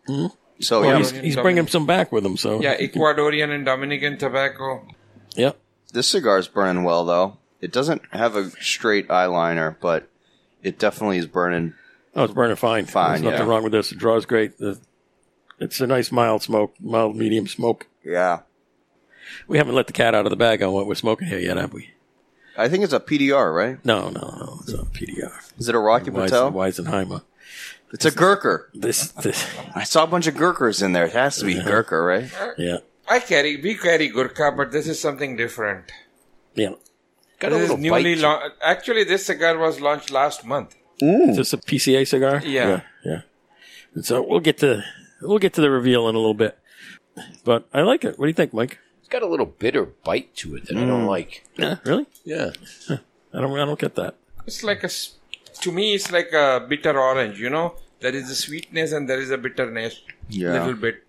Speaker 1: Oh,
Speaker 2: So
Speaker 1: Well,
Speaker 2: yeah,
Speaker 1: he's, he's bringing some back with him. So
Speaker 6: Yeah, Ecuadorian and Dominican tobacco.
Speaker 1: Yeah.
Speaker 2: this cigar's burning well though. It doesn't have a straight eyeliner, but it definitely is burning.
Speaker 1: Oh, it's burning fine. There's
Speaker 2: Fine,
Speaker 1: nothing
Speaker 2: yeah.
Speaker 1: wrong with this. It draws great. The, it's a nice mild smoke, mild medium smoke.
Speaker 2: Yeah.
Speaker 1: We haven't let the cat out of the bag on what we're smoking here yet, have we?
Speaker 2: I think it's a PDR, right?
Speaker 1: No, no, no. It's a PDR.
Speaker 2: Is it a Rocky
Speaker 1: Weisen-
Speaker 2: Patel?
Speaker 1: Weisenheimer.
Speaker 2: It's a Gurker.
Speaker 1: This, this,
Speaker 2: I saw a bunch of Gurkers in there. It has to be Gurker, right?
Speaker 1: yeah,
Speaker 6: I carry we carry Gurkha, but this is something different.
Speaker 1: yeah.
Speaker 5: Got a
Speaker 6: This
Speaker 5: little
Speaker 6: is newly
Speaker 5: bite.
Speaker 6: lau- actually this cigar was launched last month.
Speaker 1: Is this a PCA cigar?
Speaker 6: Yeah.
Speaker 1: yeah, yeah. And so we'll get to we'll get to the reveal in a little bit. But I like it. What do you think, Mike?
Speaker 5: It's got a little bitter bite to it that I
Speaker 6: Mm.
Speaker 5: don't like.
Speaker 1: Yeah, really?
Speaker 5: Yeah.
Speaker 1: I don't. I don't get that.
Speaker 6: It's like a s- to me it's like a bitter orange, you know? There is a sweetness and there is a bitterness.
Speaker 2: Yeah.
Speaker 6: Little bit.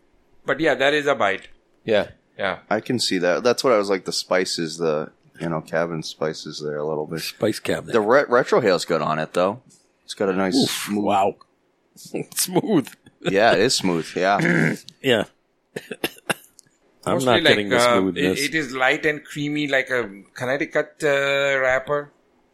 Speaker 6: But yeah, that is a bite.
Speaker 5: Yeah.
Speaker 6: Yeah.
Speaker 2: I can see that. That's what I was like. The spices, the you know, cabin spices there a little bit.
Speaker 1: Spice cabinet.
Speaker 2: The re- retrohale's good on it though. It's got a nice smooth.
Speaker 1: wow. Smooth.
Speaker 2: Yeah, it is smooth. Yeah,
Speaker 1: Yeah. I'm
Speaker 6: Mostly
Speaker 1: not getting the
Speaker 6: uh, it-
Speaker 1: smoothness.
Speaker 6: it is light and creamy, like a Connecticut uh, wrapper.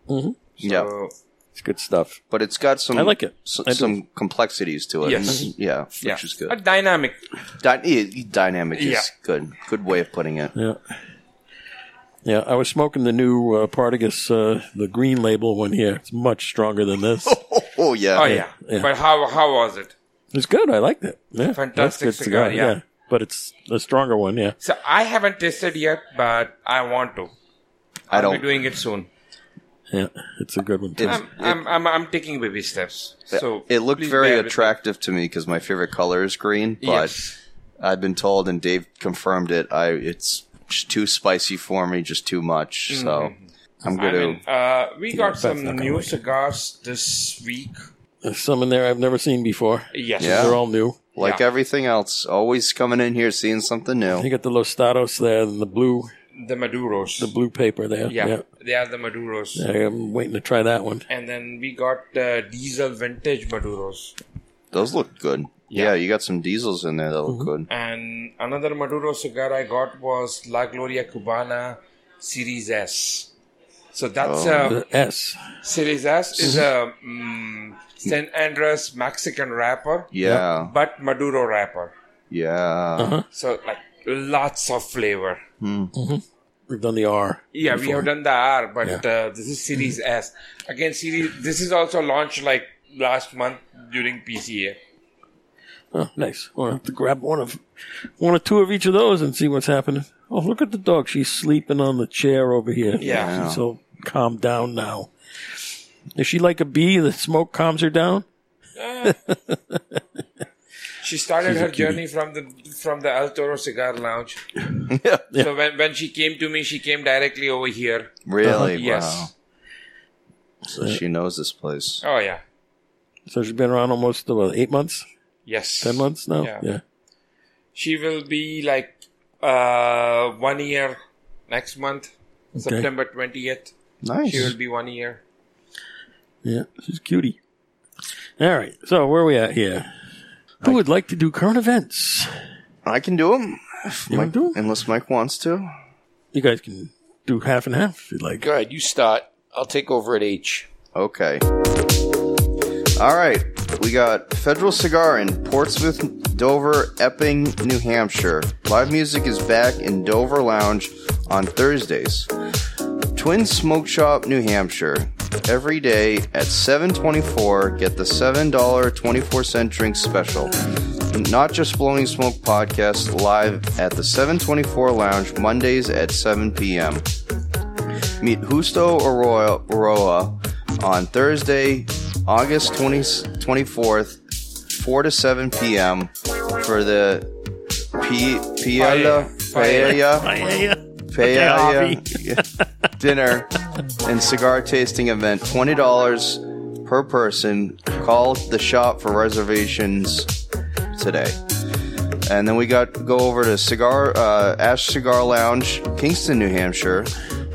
Speaker 2: Mm-hmm. yeah.
Speaker 6: So,
Speaker 1: it's good stuff.
Speaker 2: But it's got some.
Speaker 1: I like it.
Speaker 2: s-
Speaker 1: I do.
Speaker 2: some complexities to it. Mm-hmm.
Speaker 6: Yes.
Speaker 2: Yeah, which
Speaker 6: yeah.
Speaker 2: is
Speaker 6: A
Speaker 2: good.
Speaker 6: dynamic.
Speaker 2: Dy- e- dynamic is
Speaker 6: Yeah.
Speaker 2: good. Good way of putting it.
Speaker 1: Yeah. Yeah, I was smoking the new uh, Partagas, uh, the green label one here. It's much stronger than this.
Speaker 2: Oh yeah.
Speaker 6: Oh yeah.
Speaker 1: yeah.
Speaker 6: But how how was it?
Speaker 1: It's good. I liked it. Yeah, that's
Speaker 6: Fantastic
Speaker 1: good
Speaker 6: cigar, yeah.
Speaker 1: but it's a stronger one. Yeah,
Speaker 6: So I haven't tasted yet, but I want to.
Speaker 2: I
Speaker 6: I'll
Speaker 2: don't.
Speaker 6: be doing it soon.
Speaker 1: yeah, it's a good one. Too.
Speaker 2: It's-
Speaker 6: I'm, I'm, I'm, I'm taking baby steps. So
Speaker 2: it looked
Speaker 6: please
Speaker 2: very
Speaker 6: bear with me.
Speaker 2: attractive to me because my favorite color is green. But
Speaker 6: Yes.
Speaker 2: I've been told, and Dave confirmed it. I it's just too spicy for me, just too much. So I'm
Speaker 6: I
Speaker 2: going to.
Speaker 6: mean, uh, we got
Speaker 1: that's
Speaker 6: some
Speaker 1: not gonna
Speaker 6: new
Speaker 1: work.
Speaker 6: cigars this week.
Speaker 1: There's some in there I've never seen before.
Speaker 6: Yes.
Speaker 2: Yeah.
Speaker 1: They're all new.
Speaker 2: like
Speaker 6: yeah.
Speaker 2: everything else, always coming in here, seeing something
Speaker 1: You
Speaker 2: new.
Speaker 1: got the Los Tados there and the blue,
Speaker 6: The Maduros.
Speaker 1: the blue paper there.
Speaker 6: yeah, They are the Maduros.
Speaker 1: Yeah, I'm waiting to try that one.
Speaker 6: And then we got uh, diesel vintage Maduros.
Speaker 2: Those look good. Yeah, you got some diesels in there that look good.
Speaker 6: And another Maduro cigar I got was La Gloria Cubana Series S. So that's uh,
Speaker 1: Oh, The S.
Speaker 6: Series S is a mm, San Andres Mexican wrapper,
Speaker 2: Yeah,
Speaker 6: but Maduro wrapper.
Speaker 2: yeah.
Speaker 6: So like lots of flavor.
Speaker 1: We've done the R.
Speaker 6: Yeah, we
Speaker 1: before. Mm-hmm.
Speaker 6: have done the R, but uh, this is Series S. Again, Series. This is also launched like last month during PCA.
Speaker 1: Oh, nice. We'll have to grab one of one or two of each of those and see what's happening. Oh, look at the dog. She's sleeping on the chair over here.
Speaker 6: Yeah.
Speaker 1: She's so calmed down now. Is she like a bee? The smoke calms her down?
Speaker 6: She started her journey from the from the El Toro Cigar Lounge. So when, when she came to me, she came directly over here.
Speaker 2: Really?
Speaker 6: Uh-huh. Yes.
Speaker 2: Wow. So she knows this place.
Speaker 6: Oh yeah.
Speaker 1: So she's been around almost uh, what, eight months,
Speaker 6: Yes.
Speaker 1: ten months now.
Speaker 6: Yeah. She will be like uh, one year next month, September twentieth.
Speaker 2: Nice.
Speaker 6: She will be one year.
Speaker 1: yeah, she's a cutie. All right, so where are we at here? Who would like to do current events?
Speaker 2: I can do them. If
Speaker 1: You
Speaker 2: Mike,
Speaker 1: wanna do 'em?
Speaker 2: Unless Mike wants to.
Speaker 1: You guys can do half and half if you'd like.
Speaker 5: Go ahead. You start. I'll take over at H.
Speaker 2: Okay. All right. We got Federal Cigar in Portsmouth, Dover, Epping, New Hampshire. Live music is back in Dover Lounge on Thursdays. Twin Smoke Shop, New Hampshire. Every day at 724, get the $7.24 drink special. Not Just Blowing Smoke podcast live at the 724 Lounge Mondays at 7 p.m. Meet Justo Arroyo, Arroyo on Thursday, August 20, 24th, 4 to 7 p.m. for the P- Piella Paella Paella dinner and cigar tasting event. $20 per person. Call the shop for reservations today. And then we got go over to Cigar uh, Ash Cigar Lounge, Kingston, New Hampshire,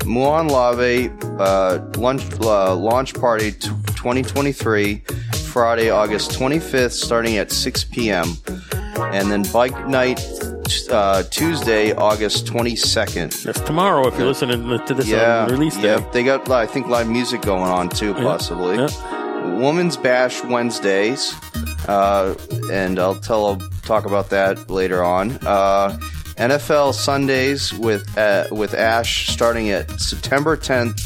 Speaker 2: Muon Lave uh, lunch uh, launch party t- 2023, Friday, August 25th, starting at 6 p.m. And then bike night uh, Tuesday, August 22nd.
Speaker 1: That's tomorrow if you're listening to this
Speaker 2: Yeah,
Speaker 1: on release day.
Speaker 2: yep. They got I think live music going on too, possibly.
Speaker 1: yeah.
Speaker 2: Woman's Bash Wednesdays, uh, and I'll tell talk about that later on. Uh, NFL Sundays with uh, with Ash starting at September 10th.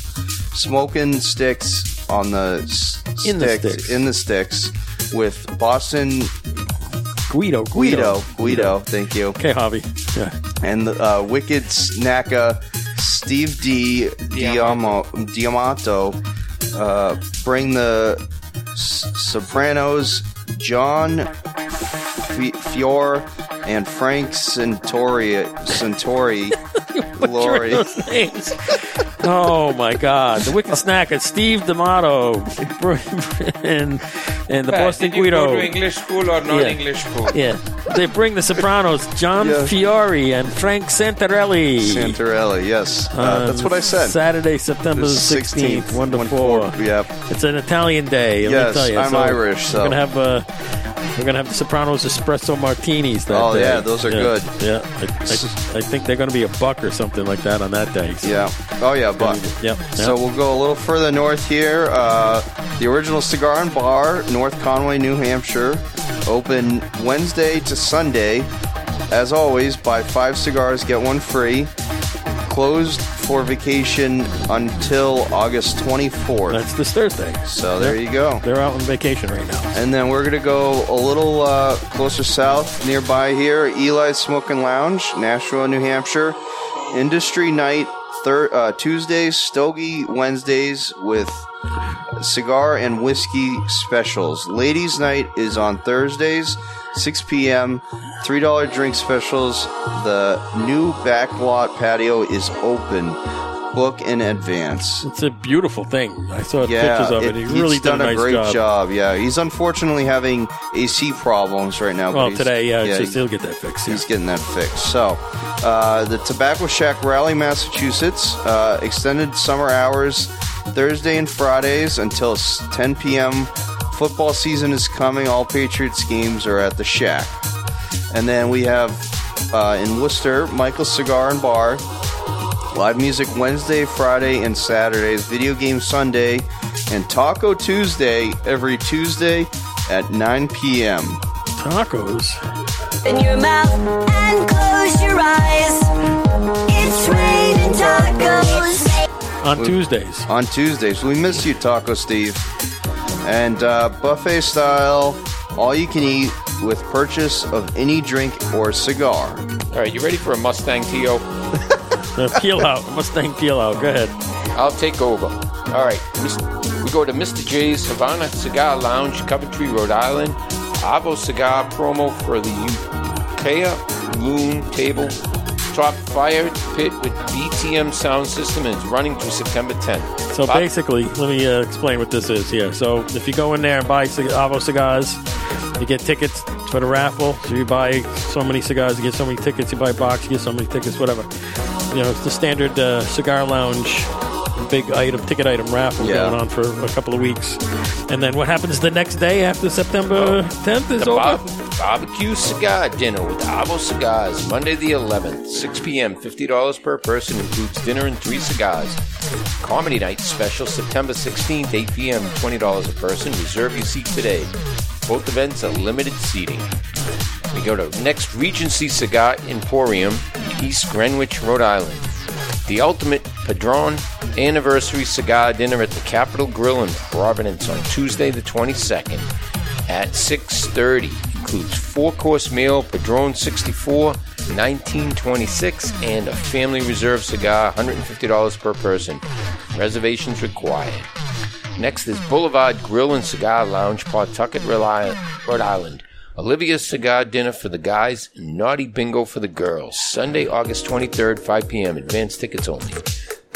Speaker 2: Smoking sticks on the s-
Speaker 1: In the
Speaker 2: sticks-
Speaker 1: sticks.
Speaker 2: in the sticks with Boston
Speaker 1: Guido,
Speaker 2: Guido Guido. Thank you.
Speaker 1: Okay, Javi. Yeah.
Speaker 2: And uh, Wicked Snacka, Steve D. Diamo- Diamato, uh, bring the S- Sopranos, John F- Fior, and Frank Santori. Santori. Lori.
Speaker 1: Those names. oh my God! The Wicked Snack at Steve D'Amato and and the
Speaker 6: Pat,
Speaker 1: Boston
Speaker 6: Did you go to
Speaker 1: Guido.
Speaker 6: English school or non-English school?
Speaker 1: Yeah, they bring the Sopranos, John
Speaker 2: Yeah.
Speaker 1: Fiore and Frank Santarelli.
Speaker 2: Santarelli, yes. Uh,
Speaker 1: on
Speaker 2: that's what I said.
Speaker 1: Saturday, September
Speaker 2: The
Speaker 1: the 16th, 1 to 4.
Speaker 2: 1 Yep.
Speaker 1: It's an Italian day. let me
Speaker 2: Yes,
Speaker 1: tell you.
Speaker 2: I'm Irish, so-
Speaker 1: We're going to have, uh, we're gonna have the Sopranos espresso martinis that
Speaker 2: Oh,
Speaker 1: day.
Speaker 2: yeah, those are
Speaker 1: Yeah,
Speaker 2: good.
Speaker 1: Yeah. I, I, I think they're going to be a buck or something like that on that day. So,
Speaker 2: Yeah. Oh, yeah, Buck.
Speaker 1: Yep.
Speaker 2: So we'll go a little further north here. Uh, the original Cigar and Bar, North Conway, New Hampshire, open Wednesday to Sunday. As always, buy five cigars, get one free. Closed for vacation until August 24th.
Speaker 1: That's this Thursday.
Speaker 2: So there you go.
Speaker 1: They're out on vacation right now.
Speaker 2: And then we're going to go a little uh, closer south, nearby here, Eli's Smoking Lounge, Nashua, New Hampshire. Industry night, thir- uh, Tuesdays, Stogie Wednesdays with cigar and whiskey specials. Ladies' night is on Thursdays, 6 p.m. $3 drink specials. The new backlot patio is open. Book in advance.
Speaker 1: It's a beautiful thing. I saw
Speaker 2: Yeah,
Speaker 1: pictures of it.
Speaker 2: it-
Speaker 1: He
Speaker 2: he's
Speaker 1: really did
Speaker 2: done
Speaker 1: a nice
Speaker 2: great job. Yeah, he's unfortunately having AC problems right now. but
Speaker 1: Well,
Speaker 2: he's-
Speaker 1: today, yeah, it's just
Speaker 2: he-
Speaker 1: he'll get that fixed. yeah.
Speaker 2: he's getting that fixed. So, uh, the Tobacco Shack Raleigh, Massachusetts, uh, extended summer hours Thursday and Fridays until s- 10 p.m. Football season is coming. All Patriots games are at the Shack. And then we have uh, in Worcester, Michael's Cigar and Bar, Live music Wednesday, Friday, and Saturdays. Video game Sunday, and Taco Tuesday every Tuesday at 9 p.m.
Speaker 1: Tacos.
Speaker 9: Open your mouth and close your eyes. It's raining tacos.
Speaker 1: On Tuesdays.
Speaker 2: on Tuesdays. We miss you, Taco Steve. And uh, buffet style, all you can eat with purchase of any drink or cigar.
Speaker 5: All right, you ready for a Mustang TO?
Speaker 1: The peel out. Mustang peel out. Go ahead.
Speaker 5: I'll take over. All right, mis- we go to Mr. J's Havana Cigar Lounge, Coventry, Rhode Island. Avo Cigar promo for the Ukea Loon Table Top Fire Pit with BTM sound system and it's running through September 10th.
Speaker 1: So
Speaker 5: Bob-
Speaker 1: basically, let me uh, explain what this is here. So if you go in there and buy cig- Avo cigars, you get tickets for the raffle. So you buy so many cigars, you get so many tickets. You buy a box, you get so many tickets, whatever. You know, it's the standard uh, cigar lounge big item ticket item raffle
Speaker 2: Yeah.
Speaker 1: going on for a couple of weeks. And then what happens the next day after September 10th is
Speaker 5: The
Speaker 1: over?
Speaker 5: Bob- Barbecue Cigar Dinner with Avo Cigars, Monday the 11th, 6 p.m., $50 per person, includes dinner and three cigars. Comedy Night Special, September 16th, 8 p.m., $20 a person. Reserve your seat today. Both events are limited seating. We go to next Regency Cigar Emporium, East Greenwich, Rhode Island. The ultimate Padron Anniversary Cigar Dinner at the Capitol Grill in Providence on Tuesday, the 22nd, at 6:30. Includes four-course meal, Padron 64, 1926, and a family reserve cigar, $150 per person. Reservations required. Next is Boulevard Grill and Cigar Lounge, Pawtucket, Rhode Island- Rhode Island. Olivia's Cigar Dinner for the guys, Naughty Bingo for the girls. Sunday, August 23rd, 5 p.m. Advance tickets only.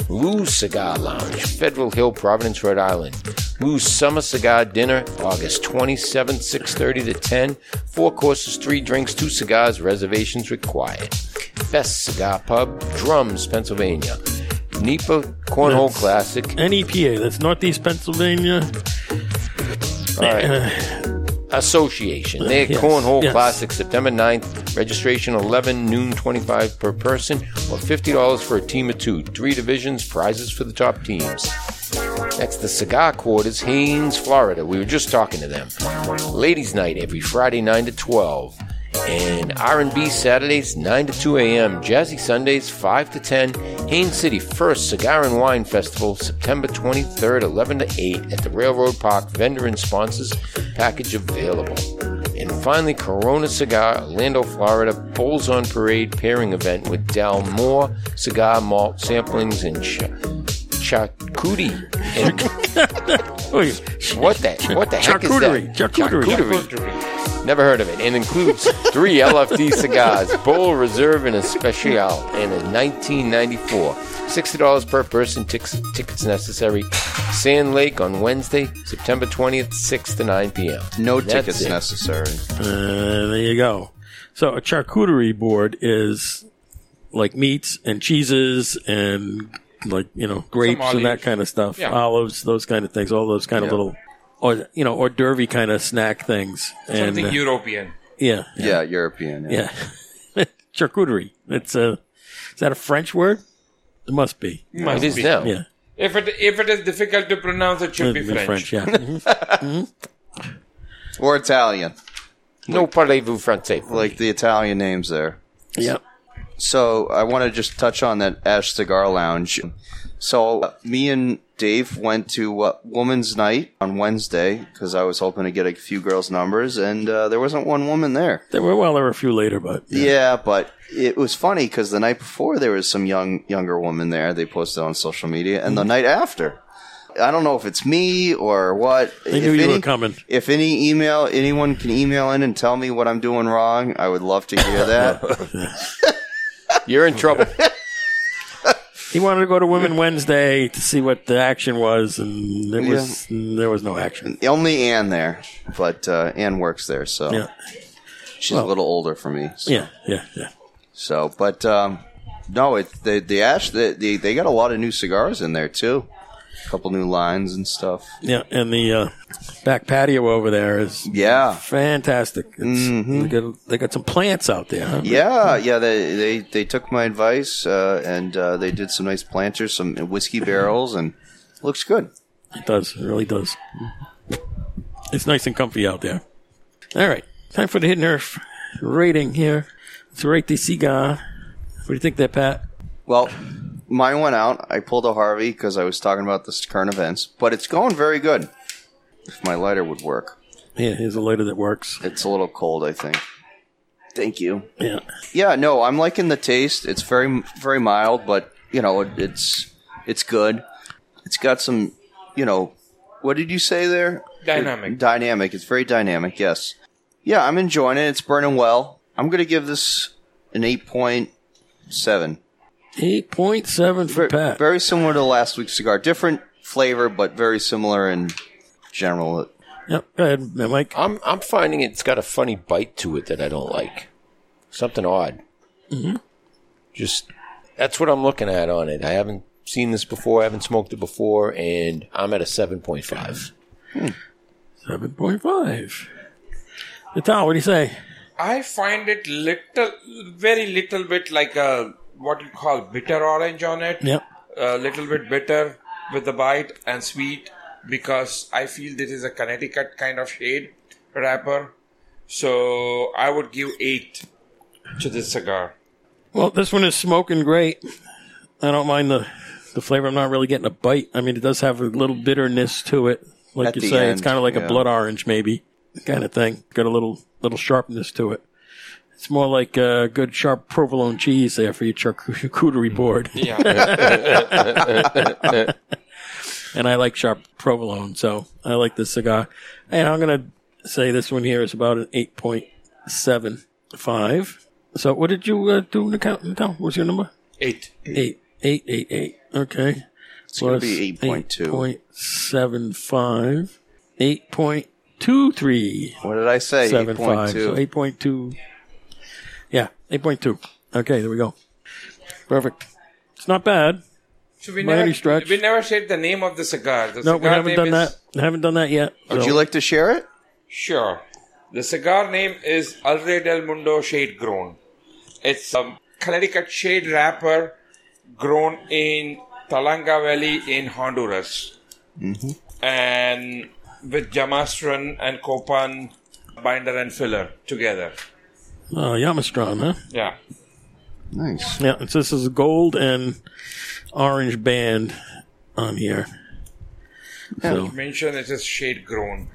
Speaker 5: Lou's Cigar Lounge, Federal Hill, Providence, Rhode Island. Lou's Summer Cigar Dinner, August 27th, 6.30 to 10. Four courses, three drinks, two cigars, reservations required. Fest Cigar Pub, Drums, Pennsylvania. NEPA Cornhole
Speaker 1: That's-
Speaker 5: Classic.
Speaker 1: NEPA, E that's Northeast Pennsylvania.
Speaker 5: All right. Association. Their
Speaker 1: Yes,
Speaker 5: Cornhole
Speaker 1: yes.
Speaker 5: Classic, September 9th. Registration 11, noon 25 per person, or $50 for a team of two. Three divisions, prizes for the top teams. That's the Cigar Quarters, Haines, Florida. We were just talking to them. Ladies' Night every Friday, 9 to 12. And R&B Saturdays, 9 to 2 a.m. Jazzy Sundays, 5 to 10. Haines City First Cigar and Wine Festival, September 23rd, 11 to 8 at the Railroad Park. Vendor and sponsors package available. And finally, Corona Cigar, Orlando, Florida, Bowls on Parade pairing event with Dal Moore Cigar Malt Samplings and cha- Charcuterie. And
Speaker 1: Wait,
Speaker 5: what the, what the heck is
Speaker 1: Charcuterie,
Speaker 5: that?
Speaker 1: charcuterie.
Speaker 5: Charcuterie. Never heard of it. And includes three LFD cigars, Bowl Reserve and Especial, and a 1994. $60 per person, tic- tickets necessary. Sand Lake on Wednesday, September 20th, 6 to 9 p.m.
Speaker 2: No
Speaker 5: That's
Speaker 2: tickets
Speaker 5: it.
Speaker 2: necessary.
Speaker 1: uh, there you go. So a charcuterie board is like meats and cheeses and like you know grapes and that
Speaker 6: olives.
Speaker 1: kind of stuff,
Speaker 6: Yeah.
Speaker 1: olives, those kind of things, all those kind of little, or you know, hors d'oeuvre kind of snack things.
Speaker 6: Something
Speaker 1: and uh,
Speaker 6: European.
Speaker 1: yeah,
Speaker 2: Yeah, European.
Speaker 1: yeah, charcuterie. It's a is that a French word? It must be.
Speaker 5: It is now.
Speaker 1: Yeah,
Speaker 6: If it if it is difficult to pronounce, it should be
Speaker 1: It'd be
Speaker 6: French.
Speaker 1: yeah. Mhm.
Speaker 2: Or Italian,
Speaker 5: No parlez-vous français.
Speaker 2: like the Italian names there.
Speaker 1: yeah.
Speaker 2: So I want to just touch on that Ash Cigar Lounge. So uh, me and Dave went to uh, Woman's Night on Wednesday because I was hoping to get a few girls' numbers, and uh, there wasn't one woman there.
Speaker 1: There were well, there were a few later, but
Speaker 2: Yeah, but it was funny because the night before there was some young younger woman there. They posted on social media, and the
Speaker 1: Mm-hmm.
Speaker 2: night after, I don't know if it's me or what.
Speaker 1: They knew
Speaker 2: if
Speaker 1: you were
Speaker 2: any-
Speaker 1: coming.
Speaker 2: If any email, anyone can email in and tell me what I'm doing wrong. I would love to hear that.
Speaker 5: You're in trouble.
Speaker 1: He wanted to go to Women Wednesday to see what the action was, and there
Speaker 2: Yeah.
Speaker 1: was there was no action.
Speaker 2: Only Ann there, but uh, Ann works there, so
Speaker 1: Yeah,
Speaker 2: she's a little older for me. So,
Speaker 1: yeah, yeah, yeah.
Speaker 2: so, but um, no, it the the Ash the, the, they got a lot of new cigars in there too. A couple new lines and stuff.
Speaker 1: Yeah, and the uh, back patio over there is
Speaker 2: Yeah.
Speaker 1: fantastic. It's, they, got, they got some plants out there. Huh?
Speaker 2: Yeah, yeah, they they, they took my advice uh, and uh, they did some nice planters, some whiskey barrels, and looks good.
Speaker 1: It does. It really does. It's nice and comfy out there. All right. Time for the Hidden Earth rating here. Let's rate the cigar. What do you think there, Pat?
Speaker 2: Well, mine went out. I pulled a Harvey because I was talking about this current events, but it's going very good. If my lighter would work,
Speaker 1: Yeah, here's a lighter that works.
Speaker 2: it's a little cold, I think. Thank you.
Speaker 1: Yeah.
Speaker 2: Yeah, no, I'm liking the taste. It's very very mild, but you know, it, it's it's good. It's got some, you know, what did you say there?
Speaker 6: Dynamic.
Speaker 2: Dynamic. It's very dynamic. Yes. Yeah, I'm enjoying it. It's burning well. I'm gonna give this an eight point seven.
Speaker 1: 8.7 for Pat.
Speaker 2: Very similar to last week's cigar. Different flavor, but very similar in general.
Speaker 1: Yep. Go ahead, Mike.
Speaker 5: I'm I'm finding it's got a funny bite to it that I don't like. Something odd. Mm-hmm. Just that's what I'm looking at on it. I haven't seen this before. I haven't smoked it before, and I'm at a seven point five.
Speaker 1: Seven point five. Natal, what do you say?
Speaker 6: I find it little, very little bit like a what you call bitter orange on it.
Speaker 1: Yep.
Speaker 6: A little bit bitter with the bite and sweet because I feel this is a Connecticut kind of shade wrapper. So I would give eight to this cigar.
Speaker 1: Well, this one is smoking great. I don't mind the the flavor. I'm not really getting a bite. I mean, it does have a little bitterness to it, like
Speaker 2: At
Speaker 1: you
Speaker 2: the
Speaker 1: say. it's
Speaker 2: end,
Speaker 1: kind of like
Speaker 2: yeah.
Speaker 1: a blood orange, maybe kind of thing. Got a little little sharpness to it. It's more like a good sharp provolone cheese there for your charcuterie board.
Speaker 6: Yeah.
Speaker 1: and I like sharp provolone, so I like this cigar. And I'm gonna say this one here is about an eight point seven five. So what did you uh, do in the count? Natal? What was your number?
Speaker 6: eight.
Speaker 1: Eight eight eight eight. Okay. It's
Speaker 2: gonna be 8.2.
Speaker 1: 8.75. 8.23.
Speaker 2: What did I say?
Speaker 1: Seven five. So
Speaker 2: 8.2.
Speaker 1: 8.2. Yeah, 8.2. Okay, there we go. Perfect. It's not bad.
Speaker 6: So we
Speaker 1: By
Speaker 6: never,
Speaker 1: any stretch.
Speaker 6: we never said the name of the cigar. The
Speaker 1: No, we
Speaker 6: cigar
Speaker 1: haven't
Speaker 6: name
Speaker 1: done
Speaker 6: is,
Speaker 1: that. haven't done that yet.
Speaker 2: Would
Speaker 1: so-
Speaker 2: you like to share it?
Speaker 6: Sure. The cigar name is Alre del Mundo Shade Grown. It's a Connecticut shade wrapper grown in Talanga Valley in Honduras. And with Jamastron and Copan binder and filler together.
Speaker 1: Oh, Yamastron, huh?
Speaker 6: Yeah.
Speaker 2: Nice.
Speaker 1: Yeah, it says this is gold and orange band on here. So,
Speaker 6: Mention it is shade grown.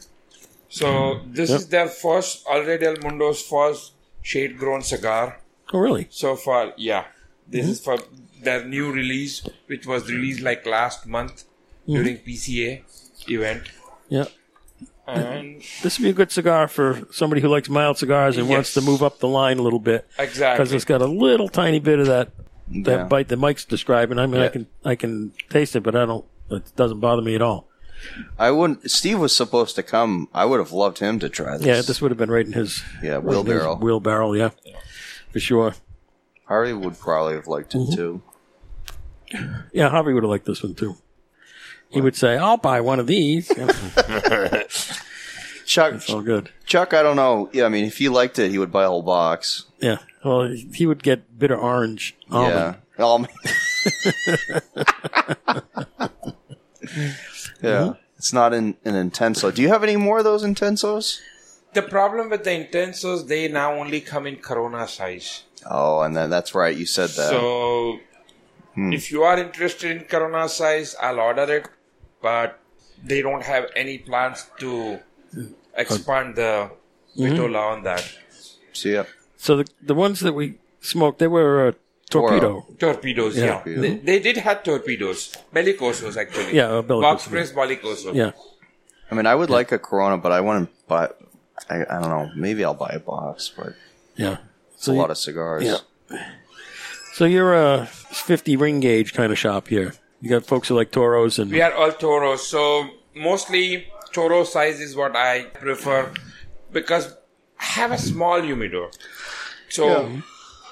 Speaker 6: So this is their first, Alre del Mundo's first shade grown cigar.
Speaker 1: oh, really?
Speaker 6: So far, yeah. This is for their new release, which was released like last month during PCA event.
Speaker 1: Yeah.
Speaker 6: And
Speaker 1: This would be a good cigar for somebody who likes mild cigars and wants
Speaker 6: Yes.
Speaker 1: to move up the line a little bit.
Speaker 6: Exactly.
Speaker 1: Because it's got a little tiny bit of that, that
Speaker 2: Yeah.
Speaker 1: bite that Mike's describing. I mean, I can I can taste it, but I don't. It doesn't bother me at all.
Speaker 2: I wouldn't. Steve was supposed to come. I would have loved him to try this.
Speaker 1: Yeah, this would have been right in his
Speaker 2: Yeah,
Speaker 1: right in his
Speaker 2: wheelbarrow.
Speaker 1: wheelbarrow, yeah, for sure.
Speaker 2: Harvey would probably have liked
Speaker 1: Mm-hmm.
Speaker 2: him too.
Speaker 1: Yeah, Harvey would have liked this one too. He would say, "I'll buy one of these." it's
Speaker 2: Chuck,
Speaker 1: all good.
Speaker 2: Chuck, I don't know. Yeah, I mean, if he liked it, he would buy a whole box.
Speaker 1: Yeah. Well, he would get bitter orange almond.
Speaker 2: Yeah. Almond. yeah.
Speaker 1: Mm-hmm.
Speaker 2: It's not in, an intenso. Do you have any more of those intensos?
Speaker 6: The problem with the intensos, they now only come in Corona size.
Speaker 2: Oh, and then that's right. You said that.
Speaker 6: So, if you are interested in Corona size, I'll order it, but they don't have any plans to expand the Vitola on that.
Speaker 2: So, yeah.
Speaker 1: So the the ones that we smoked, they were uh, torpedo.
Speaker 6: Torpedoes, yeah.
Speaker 1: Yeah.
Speaker 6: They, they did have torpedoes. Bellicosos, actually.
Speaker 1: Yeah, uh, bellicoso,
Speaker 6: Box
Speaker 1: yeah.
Speaker 6: press bellicoso.
Speaker 1: Yeah.
Speaker 2: I mean, I would like a Corona, but I want to buy. I, I don't know. Maybe I'll buy a box, but
Speaker 1: Yeah.
Speaker 2: it's a lot of cigars.
Speaker 1: Yeah. So you're a 50 ring gauge kind of shop here. You got folks who like Toros and
Speaker 6: We are all Toro, so mostly Toro size is what I prefer because I have a small humidor. So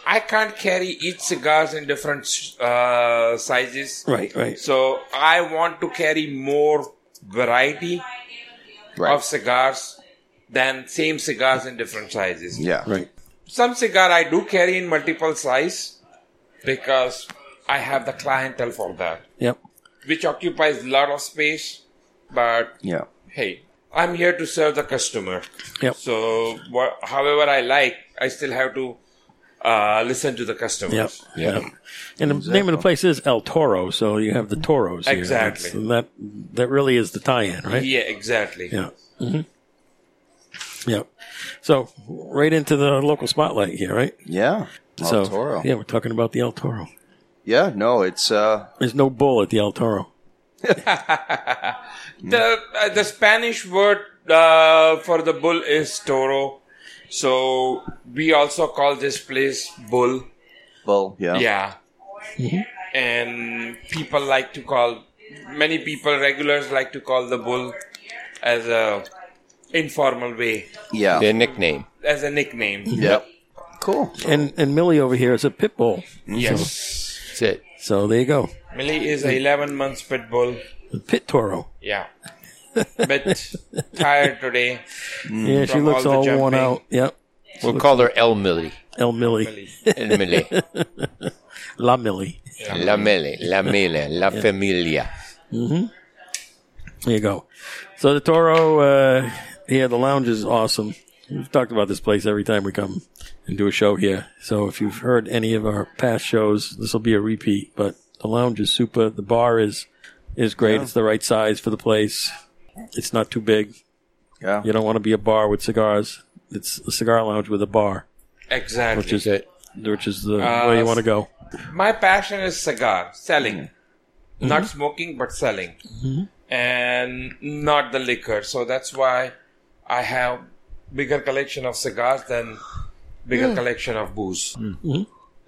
Speaker 6: I can't carry each cigars in different uh, sizes.
Speaker 1: right, right.
Speaker 6: So I want to carry more variety
Speaker 2: Right.
Speaker 6: of cigars than same cigars in different sizes.
Speaker 2: yeah.
Speaker 1: Right.
Speaker 6: Some cigar I do carry in multiple size because I have the clientele for that,
Speaker 1: Yep.
Speaker 6: which occupies a lot of space. But
Speaker 2: Yeah.
Speaker 6: hey, I'm here to serve the customer.
Speaker 1: Yep.
Speaker 6: So wha- however I like, I still have to uh, listen to the customers.
Speaker 1: Yep. Yeah. And the name of the place is El Toro, so you have the Toros here.
Speaker 6: Exactly.
Speaker 1: That's- and that that really is the tie-in, right?
Speaker 6: Yeah, exactly.
Speaker 1: Yeah. hmm Yep. So right into the local spotlight here, right?
Speaker 2: Yeah. El
Speaker 1: so
Speaker 2: Toro.
Speaker 1: yeah, we're talking about the El Toro.
Speaker 2: Yeah, no, it's uh
Speaker 1: There's no bull at the El Toro.
Speaker 6: The uh, the Spanish word uh, for the bull is toro, so we also call this place bull.
Speaker 2: well, yeah.
Speaker 6: Yeah, and people like to call many people regulars like to call the bull as a informal way
Speaker 2: Yeah.
Speaker 5: Their nickname.
Speaker 6: as a nickname.
Speaker 1: Mm-hmm.
Speaker 2: Yep. Cool.
Speaker 1: And and Millie over here is a pit bull.
Speaker 6: Yes,
Speaker 5: That's it.
Speaker 1: So there you go.
Speaker 6: Millie is a 11 months pit bull.
Speaker 1: The pit Toro.
Speaker 6: Yeah, bit tired today.
Speaker 1: Yeah, she
Speaker 6: Mm. From
Speaker 1: looks
Speaker 6: all
Speaker 1: all,
Speaker 6: the
Speaker 1: worn
Speaker 6: jumping.
Speaker 1: out. Yep.
Speaker 5: We'll call her El Millie.
Speaker 1: El Millie.
Speaker 5: El Millie.
Speaker 1: La Millie.
Speaker 5: La Millie. La Millie. La Familia.
Speaker 1: There you go. So the Toro, uh, yeah, the lounge is awesome. We've talked about this place every time we come and do a show here. So if you've heard any of our past shows, this will be a repeat. But the lounge is super. The bar is is great. It's the right size for the place. It's not too big.
Speaker 2: Yeah.
Speaker 1: You don't want to be a bar with cigars. It's a cigar lounge with a bar,
Speaker 6: Exactly.
Speaker 1: which is
Speaker 5: it.
Speaker 1: which is the way you want to go.
Speaker 6: my passion is cigar selling not smoking but selling and not the liquor so that's why i have bigger collection of cigars than bigger collection of booze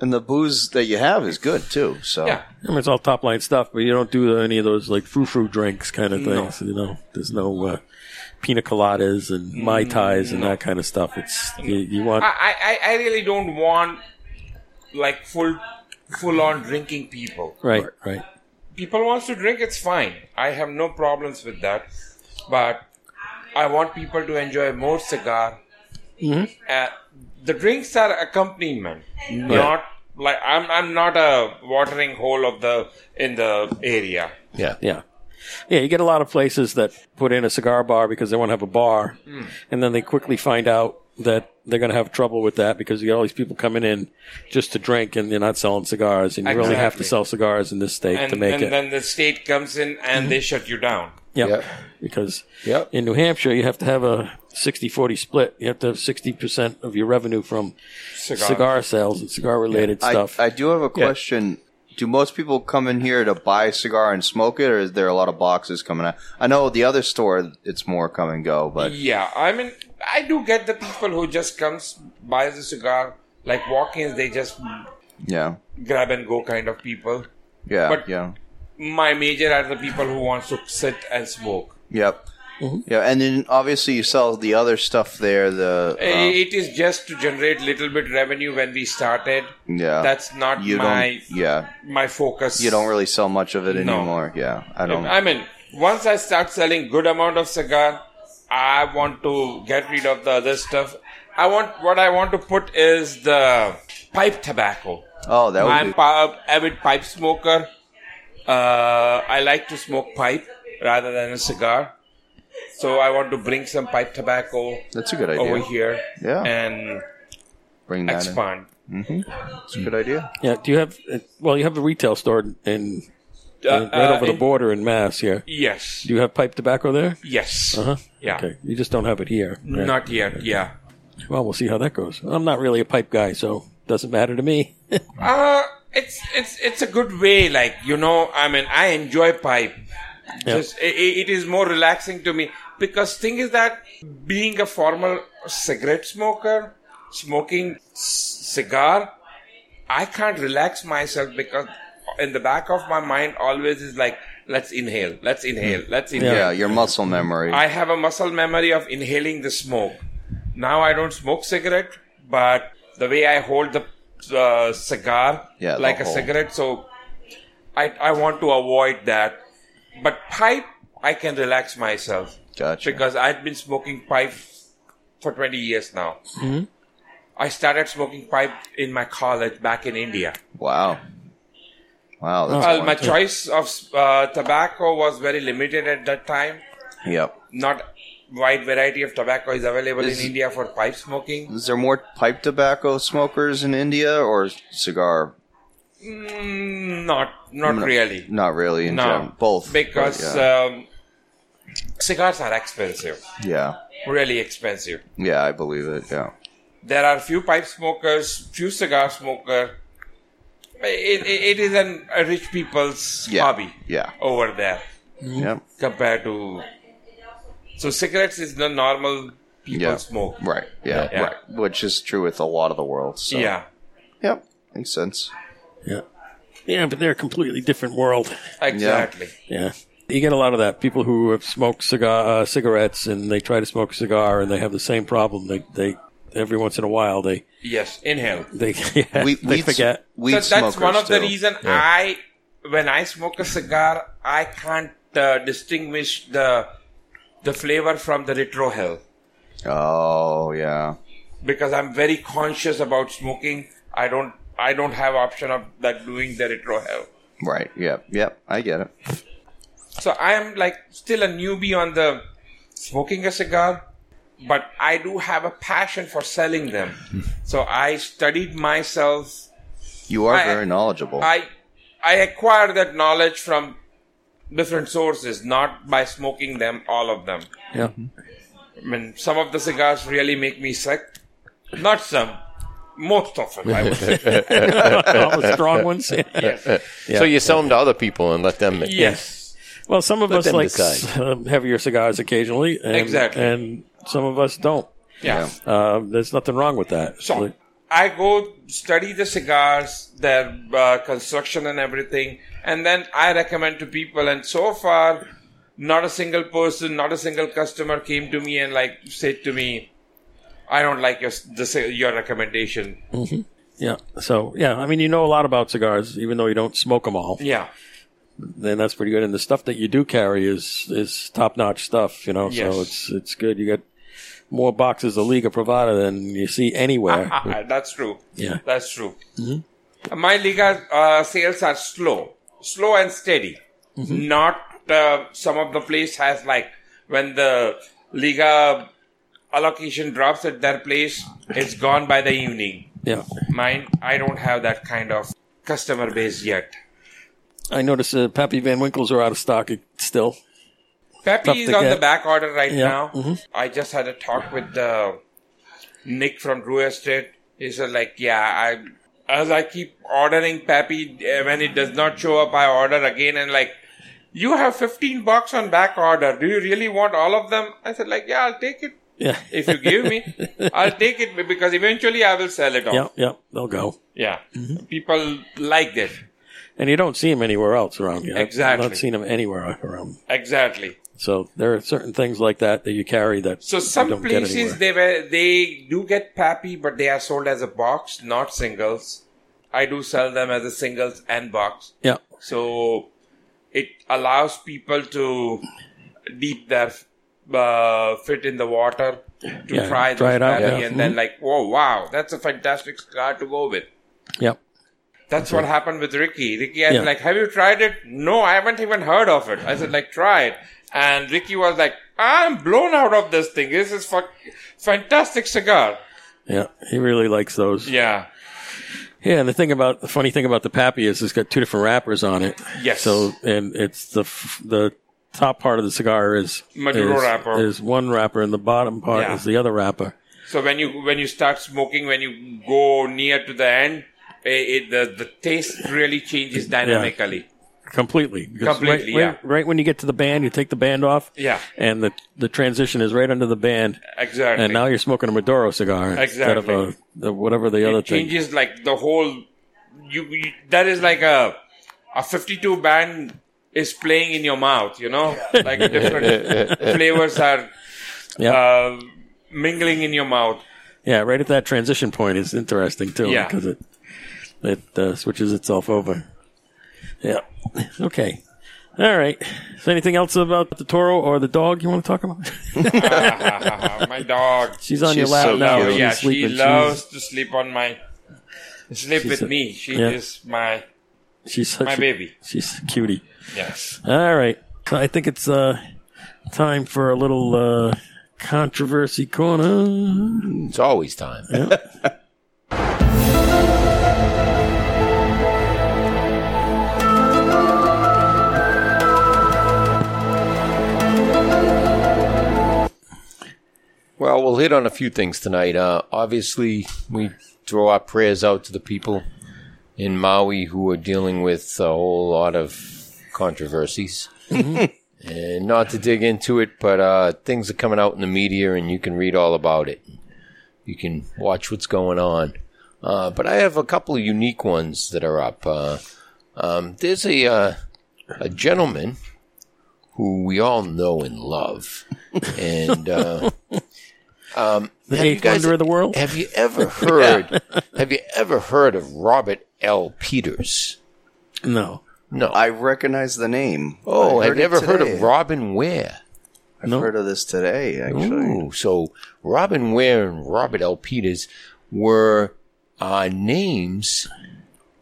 Speaker 2: And the booze that you have is good too. So
Speaker 6: yeah
Speaker 1: I mean, it's all top line stuff, but you don't do any of those like frou frou drinks kind of things. You know, there's no uh, pina coladas and
Speaker 6: Mm,
Speaker 1: mai tais and that kind of stuff. It's you, you want
Speaker 6: I, I- I i really don't want like full full on drinking people
Speaker 1: right, right,
Speaker 6: people wants to drink it's fine i have no problems with that but i want people to enjoy more cigar
Speaker 1: Mm-hmm.
Speaker 6: uh, the drinks are accompaniment not like i'm i'm not a watering hole of the in the area
Speaker 5: Yeah.
Speaker 1: yeah, yeah. You get a lot of places that put in a cigar bar because they want to have a bar,
Speaker 6: Mm.
Speaker 1: and then they quickly find out that they're going to have trouble with that because you got all these people coming in just to drink and they're not selling cigars, and you really have to sell
Speaker 6: Exactly.
Speaker 1: cigars in this state
Speaker 6: and,
Speaker 1: to make
Speaker 6: and
Speaker 1: it. Mm-hmm.
Speaker 6: then the state comes in and they shut you down
Speaker 1: Yeah.
Speaker 5: Yep.
Speaker 1: Because
Speaker 5: Yep.
Speaker 1: in New Hampshire, you have to have a 60 40 split. You have to have 60% of your revenue from
Speaker 6: cigar,
Speaker 1: cigar sales and cigar related
Speaker 2: I,
Speaker 1: stuff.
Speaker 2: I do have a question. Do most people come in here to buy a cigar and smoke it, or is there a lot of boxes coming out? I know the other store, it's more come and go, but
Speaker 6: yeah i mean i do get the people who just comes buys a cigar like walk-ins they just
Speaker 2: yeah,
Speaker 6: grab and go kind of people
Speaker 2: yeah,
Speaker 6: But-
Speaker 2: yeah,
Speaker 6: my major are the people who wants to sit and smoke.
Speaker 2: Yep.
Speaker 1: Mm-hmm.
Speaker 2: Yeah, and then obviously you sell the other stuff there. The um,
Speaker 6: Uh, it is just to generate little bit revenue when we started.
Speaker 2: Yeah.
Speaker 6: that's not
Speaker 2: you
Speaker 6: my
Speaker 2: don't. Yeah,
Speaker 6: my focus.
Speaker 2: you don't really sell much of it anymore. Yeah, I don't.
Speaker 6: I mean, once I start selling good amount of cigar, I want to get rid of the other stuff. I want what I want to put is the pipe tobacco.
Speaker 2: oh, that would
Speaker 6: I'm
Speaker 2: be.
Speaker 6: pa- avid pipe smoker. Uh, I like to smoke pipe rather than a cigar, so I want to bring some pipe tobacco
Speaker 2: That's a good
Speaker 6: over
Speaker 2: idea.
Speaker 6: here
Speaker 2: Yeah.
Speaker 6: and
Speaker 2: Bring that
Speaker 6: expand.
Speaker 2: in. It's a good idea.
Speaker 1: Yeah. Do you have? uh, Well, you have a retail store in
Speaker 6: Uh,
Speaker 1: uh, right
Speaker 6: uh,
Speaker 1: over the
Speaker 6: in-
Speaker 1: border in Mass. Here.
Speaker 6: Yes.
Speaker 1: Do you have pipe tobacco there?
Speaker 6: Yes.
Speaker 2: Uh-huh.
Speaker 1: Uh huh.
Speaker 6: Yeah.
Speaker 1: Okay. You just don't have it here. Right.
Speaker 6: Not yet. Yeah.
Speaker 1: Well, we'll see how that goes. I'm not really a pipe guy, so doesn't matter to me.
Speaker 6: Uh, it's it's it's a good way. Like you know, I mean, I enjoy pipe. Just i i- it is more relaxing to me because thing is that being a formal cigarette smoker, smoking c- cigar, I can't relax myself because in the back of my mind always is like, let's inhale, let's inhale, let's inhale.
Speaker 2: Yeah, your muscle memory.
Speaker 6: I have a muscle memory of inhaling the smoke. Now I don't smoke cigarette, but the way I hold the uh, cigar,
Speaker 2: Yeah, the
Speaker 6: like a
Speaker 2: whole-
Speaker 6: cigarette, so I I want to avoid that. But pipe, I can relax myself
Speaker 2: gotcha.
Speaker 6: because I've been smoking pipe for 20 years now.
Speaker 2: Mm-hmm.
Speaker 6: I started smoking pipe in my college back in India.
Speaker 2: Wow. Wow. That's
Speaker 6: Well, my
Speaker 2: wonderful.
Speaker 6: choice of uh, tobacco was very limited at that time
Speaker 2: Yep.
Speaker 6: not wide variety of tobacco is available
Speaker 2: Is-
Speaker 6: in India for pipe smoking.
Speaker 2: Is there more pipe tobacco smokers in India or cigar?
Speaker 6: Mm, not not
Speaker 2: No.
Speaker 6: really.
Speaker 2: Not really. In
Speaker 6: no,
Speaker 2: general. both.
Speaker 6: because
Speaker 2: but yeah.
Speaker 6: um, cigars are expensive,
Speaker 2: yeah,
Speaker 6: really expensive.
Speaker 2: yeah, I believe it. Yeah,
Speaker 6: There are few pipe smokers, few cigar smoker. It, it, it is an, a rich people's
Speaker 2: yeah,
Speaker 6: hobby Mm-hmm.
Speaker 2: Yeah,
Speaker 6: over there
Speaker 2: yep,
Speaker 6: compared to. So cigarettes is the normal people
Speaker 2: Yeah.
Speaker 6: smoke.
Speaker 2: right, yeah,
Speaker 6: Yeah.
Speaker 2: right. Which is true with a lot of the world. So.
Speaker 6: Yeah,
Speaker 2: yep, makes sense.
Speaker 1: yeah. Yeah, but they're a completely different world.
Speaker 6: exactly.
Speaker 1: Yeah. You get a lot of that. People who have smoked cigar, uh, cigarettes and they try to smoke a cigar and they have the same problem. They, they every once in a while they
Speaker 6: Yes, inhale.
Speaker 1: they yeah,
Speaker 2: We
Speaker 1: they
Speaker 2: weed,
Speaker 1: forget.
Speaker 2: Weed
Speaker 6: so that's one
Speaker 2: smokers
Speaker 6: of the
Speaker 2: do.
Speaker 6: reason I, when I smoke a cigar, I can't uh, distinguish the the flavor from the retrohale
Speaker 2: Oh yeah,
Speaker 6: because I'm very conscious about smoking. I don't I don't have option of that doing the retrohale.
Speaker 2: right. Yep, yep. I get it.
Speaker 6: So I am like still a newbie on the smoking a cigar, but I do have a passion for selling them. so I studied myself
Speaker 2: You are
Speaker 6: I-
Speaker 2: very knowledgeable.
Speaker 6: I I acquired that knowledge from different sources, not by smoking them, all of them.
Speaker 1: Yeah.
Speaker 6: Mm-hmm. I mean, some of the cigars really make me sick. Not some, most of them. I would say.
Speaker 1: All the strong ones.
Speaker 5: So you sell them to other people and let them.
Speaker 6: yes.
Speaker 1: Well, some of
Speaker 5: Let
Speaker 1: us
Speaker 5: them
Speaker 1: like
Speaker 5: decide.
Speaker 1: s- um, heavier cigars occasionally, and,
Speaker 6: Exactly.
Speaker 1: and some of us don't.
Speaker 6: Yeah.
Speaker 1: Uh, there's nothing wrong with that.
Speaker 6: So I go study the cigars, their uh, construction and everything, and then I recommend to people. And so far, not a single person, not a single customer came to me and like said to me, "I don't like your the, ci- your recommendation."
Speaker 1: yeah. So yeah, I mean, you know a lot about cigars, even though you don't smoke them all.
Speaker 6: Yeah.
Speaker 1: then that's pretty good. And the stuff that you do carry is is top notch stuff, you know.
Speaker 6: Yes.
Speaker 1: So it's it's good. You got more boxes of Liga Privada than you see anywhere.
Speaker 6: Ah, that's true.
Speaker 1: Yeah.
Speaker 6: That's true. My Liga uh, sales are slow, slow and steady. Not uh, some of the place has like when the Liga allocation drops at their place, it's gone by the evening.
Speaker 1: yeah,
Speaker 6: Mine, I don't have that kind of customer base yet.
Speaker 1: I noticed uh, Pappy Van Winkles are out of stock still. Tough
Speaker 6: Peppy is
Speaker 1: to
Speaker 6: on
Speaker 1: get.
Speaker 6: the back order right
Speaker 1: Yeah. mm-hmm.
Speaker 6: now. I just had a talk with uh, Nick from Drew Estate. He said, like, yeah, I as I keep ordering Peppy, uh, when it does not show up, I order again and like, you have 15 bucks on back order. Do you really want all of them? I said, like, yeah, I'll take it.
Speaker 1: Yeah,
Speaker 6: If you give me, I'll take it because eventually I will sell it all.
Speaker 1: yeah, yeah, they'll go.
Speaker 6: Yeah. People like that.
Speaker 1: and you don't see them anywhere else around here.
Speaker 6: Exactly.
Speaker 1: I've not seen them anywhere around.
Speaker 6: Exactly.
Speaker 1: So there are certain things like that that you carry that
Speaker 6: So
Speaker 1: you
Speaker 6: some
Speaker 1: don't get
Speaker 6: places
Speaker 1: anywhere.
Speaker 6: they were they do get pappy, but they are sold as a box, not singles. I do sell them as a singles and box,
Speaker 1: yeah.
Speaker 6: so it allows people to deep their uh, fit in the water to
Speaker 1: Yeah,
Speaker 6: try,
Speaker 1: try
Speaker 6: those
Speaker 1: it out,
Speaker 6: pappy
Speaker 1: yeah. Mm-hmm.
Speaker 6: and then like, whoa, wow, that's a fantastic cigar to go with.
Speaker 1: Yep.
Speaker 6: That's what happened with Ricky. Ricky, I was
Speaker 1: Yeah.
Speaker 6: like, have you tried it? No, I haven't even heard of it. I said, like, try it. And Ricky was like, I'm blown out of this thing. This is fuck- fantastic cigar.
Speaker 1: Yeah. He really likes those.
Speaker 6: Yeah.
Speaker 1: Yeah, and the thing about the funny thing about the pappy is it's got two different wrappers on it.
Speaker 6: Yes.
Speaker 1: So and it's the f- the top part of the cigar is
Speaker 6: Maduro
Speaker 1: is,
Speaker 6: wrapper.
Speaker 1: is one wrapper, and the bottom part
Speaker 6: Yeah.
Speaker 1: is the other wrapper.
Speaker 6: So when you, when you start smoking, when you go near to the end, eh, it, it, the, the taste really changes dynamically.
Speaker 1: Completely. Because
Speaker 6: Completely,
Speaker 1: Right,
Speaker 6: yeah.
Speaker 1: right, right when you get to the band, you take the band off.
Speaker 6: Yeah.
Speaker 1: And the the transition is right under the band,
Speaker 6: Exactly.
Speaker 1: and now you're smoking a Maduro cigar instead of a
Speaker 6: Exactly.
Speaker 1: the, whatever the other
Speaker 6: it changes like the whole, you, you, that is like a, a 52 band is playing in your mouth, you know, like different flavors are
Speaker 1: thing. Yeah.
Speaker 6: uh, mingling in your mouth.
Speaker 1: yeah. Right at that transition point is interesting too.
Speaker 6: Yeah.
Speaker 1: Because it it uh, switches itself over. Yeah. Okay. All right. Is there anything else about the Toro or the dog you want to talk about?
Speaker 6: Uh, My dog.
Speaker 1: She's on your
Speaker 2: She's
Speaker 1: lap
Speaker 2: so
Speaker 1: now.
Speaker 2: cute.
Speaker 1: She's
Speaker 6: yeah, she
Speaker 1: sleeping.
Speaker 6: loves to sleep on my sleep
Speaker 1: She's
Speaker 6: with
Speaker 1: a-
Speaker 6: me. She
Speaker 1: yeah.
Speaker 6: is my
Speaker 1: She's, she's such
Speaker 6: my
Speaker 1: a-
Speaker 6: baby.
Speaker 1: She's a cutie.
Speaker 6: Yes.
Speaker 1: All right. So I think it's uh, time for a little uh, controversy corner.
Speaker 5: It's always time. Well, we'll hit on a few things tonight. Uh, obviously, we throw our prayers out to the people in Maui who are dealing with a whole lot of controversies.
Speaker 1: Mm-hmm.
Speaker 5: and not to dig into it, but uh, things are coming out in the media, and you can read all about it. You can watch what's going on. Uh, but I have a couple of unique ones that are up. Uh, um, there's a uh, a gentleman who we all know and love, and uh, um,
Speaker 1: The
Speaker 5: Have you
Speaker 1: eighth
Speaker 5: guys-
Speaker 1: wonder of the world.
Speaker 5: have you ever heard? Have you ever heard of Robert L. Peters?
Speaker 1: No.
Speaker 5: No.
Speaker 2: I recognize the name.
Speaker 5: oh,
Speaker 2: I
Speaker 5: I've never
Speaker 2: it
Speaker 5: heard
Speaker 2: today.
Speaker 5: of Robin Ware.
Speaker 2: I've
Speaker 1: No.
Speaker 2: heard of this today, actually.
Speaker 5: Ooh, so Robin Ware and Robert L. Peters were uh, names,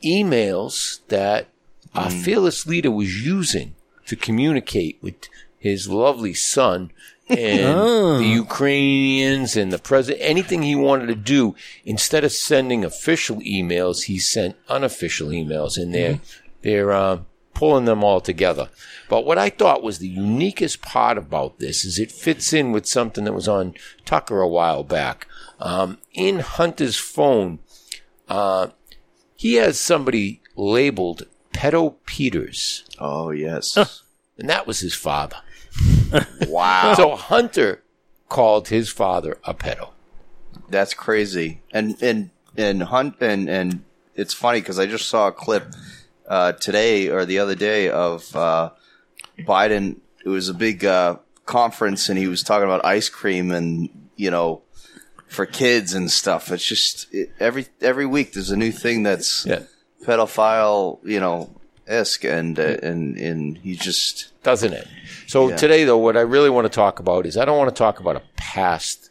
Speaker 5: emails that our fearless leader was using to communicate with his lovely son and the Ukrainians and the president. Anything he wanted to do, instead of sending official emails, he sent unofficial emails, and they're they're uh, pulling them all together. But what I thought was the uniquest part about this is it fits in with something that was on Tucker a while back. Um, in Hunter's phone, uh, he has somebody labeled Pedo Peters,
Speaker 2: Oh, yes.
Speaker 5: and that was his father. wow. So Hunter called his father a pedo.
Speaker 2: That's crazy. And and and hunt and and it's funny because I just saw a clip uh, today or the other day of uh, Biden. It was a big uh, conference, and he was talking about ice cream and you know for kids and stuff. It's just it, every every week there's a new thing that's pedophile, you know, esque, and uh, and and he just
Speaker 5: doesn't it? So today, though, what I really want to talk about is I don't want to talk about a past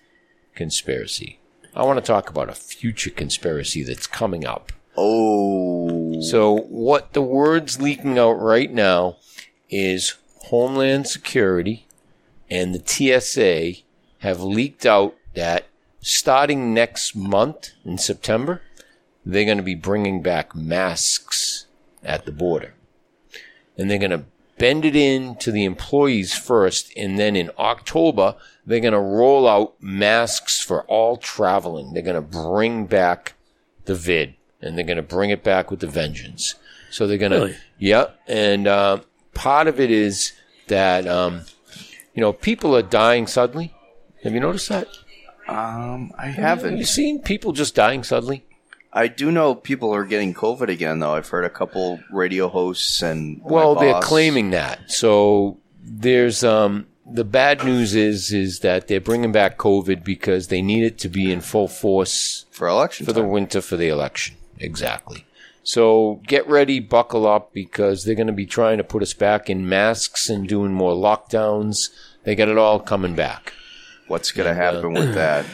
Speaker 5: conspiracy. I want to talk about a future conspiracy that's coming up.
Speaker 2: oh
Speaker 5: So what the words leaking out right now is Homeland Security and the TSA have leaked out that starting next month in September, they're going to be bringing back masks at the border. And they're going to bend it in to the employees first. And then in October, they're going to roll out masks for all traveling. They're going to bring back the vid and they're going to bring it back with the vengeance. So they're going to,
Speaker 1: Really?
Speaker 5: yep. And uh, part of it is that, um, you know, people are dying suddenly. Have you noticed that?
Speaker 2: um I
Speaker 5: Have you
Speaker 2: haven't
Speaker 5: seen people just dying suddenly?
Speaker 2: I do know people are getting COVID again, though. I've heard a couple radio hosts and Oh, my
Speaker 5: Well, they're
Speaker 2: boss.
Speaker 5: claiming that. So there's um, the bad news is is that they're bringing back COVID because they need it to be in full force
Speaker 2: for election
Speaker 5: for the
Speaker 2: time.
Speaker 5: winter for the election. Exactly. So get ready, buckle up because they're going to be trying to put us back in masks and doing more lockdowns. They got it all coming back.
Speaker 2: What's going to happen with that?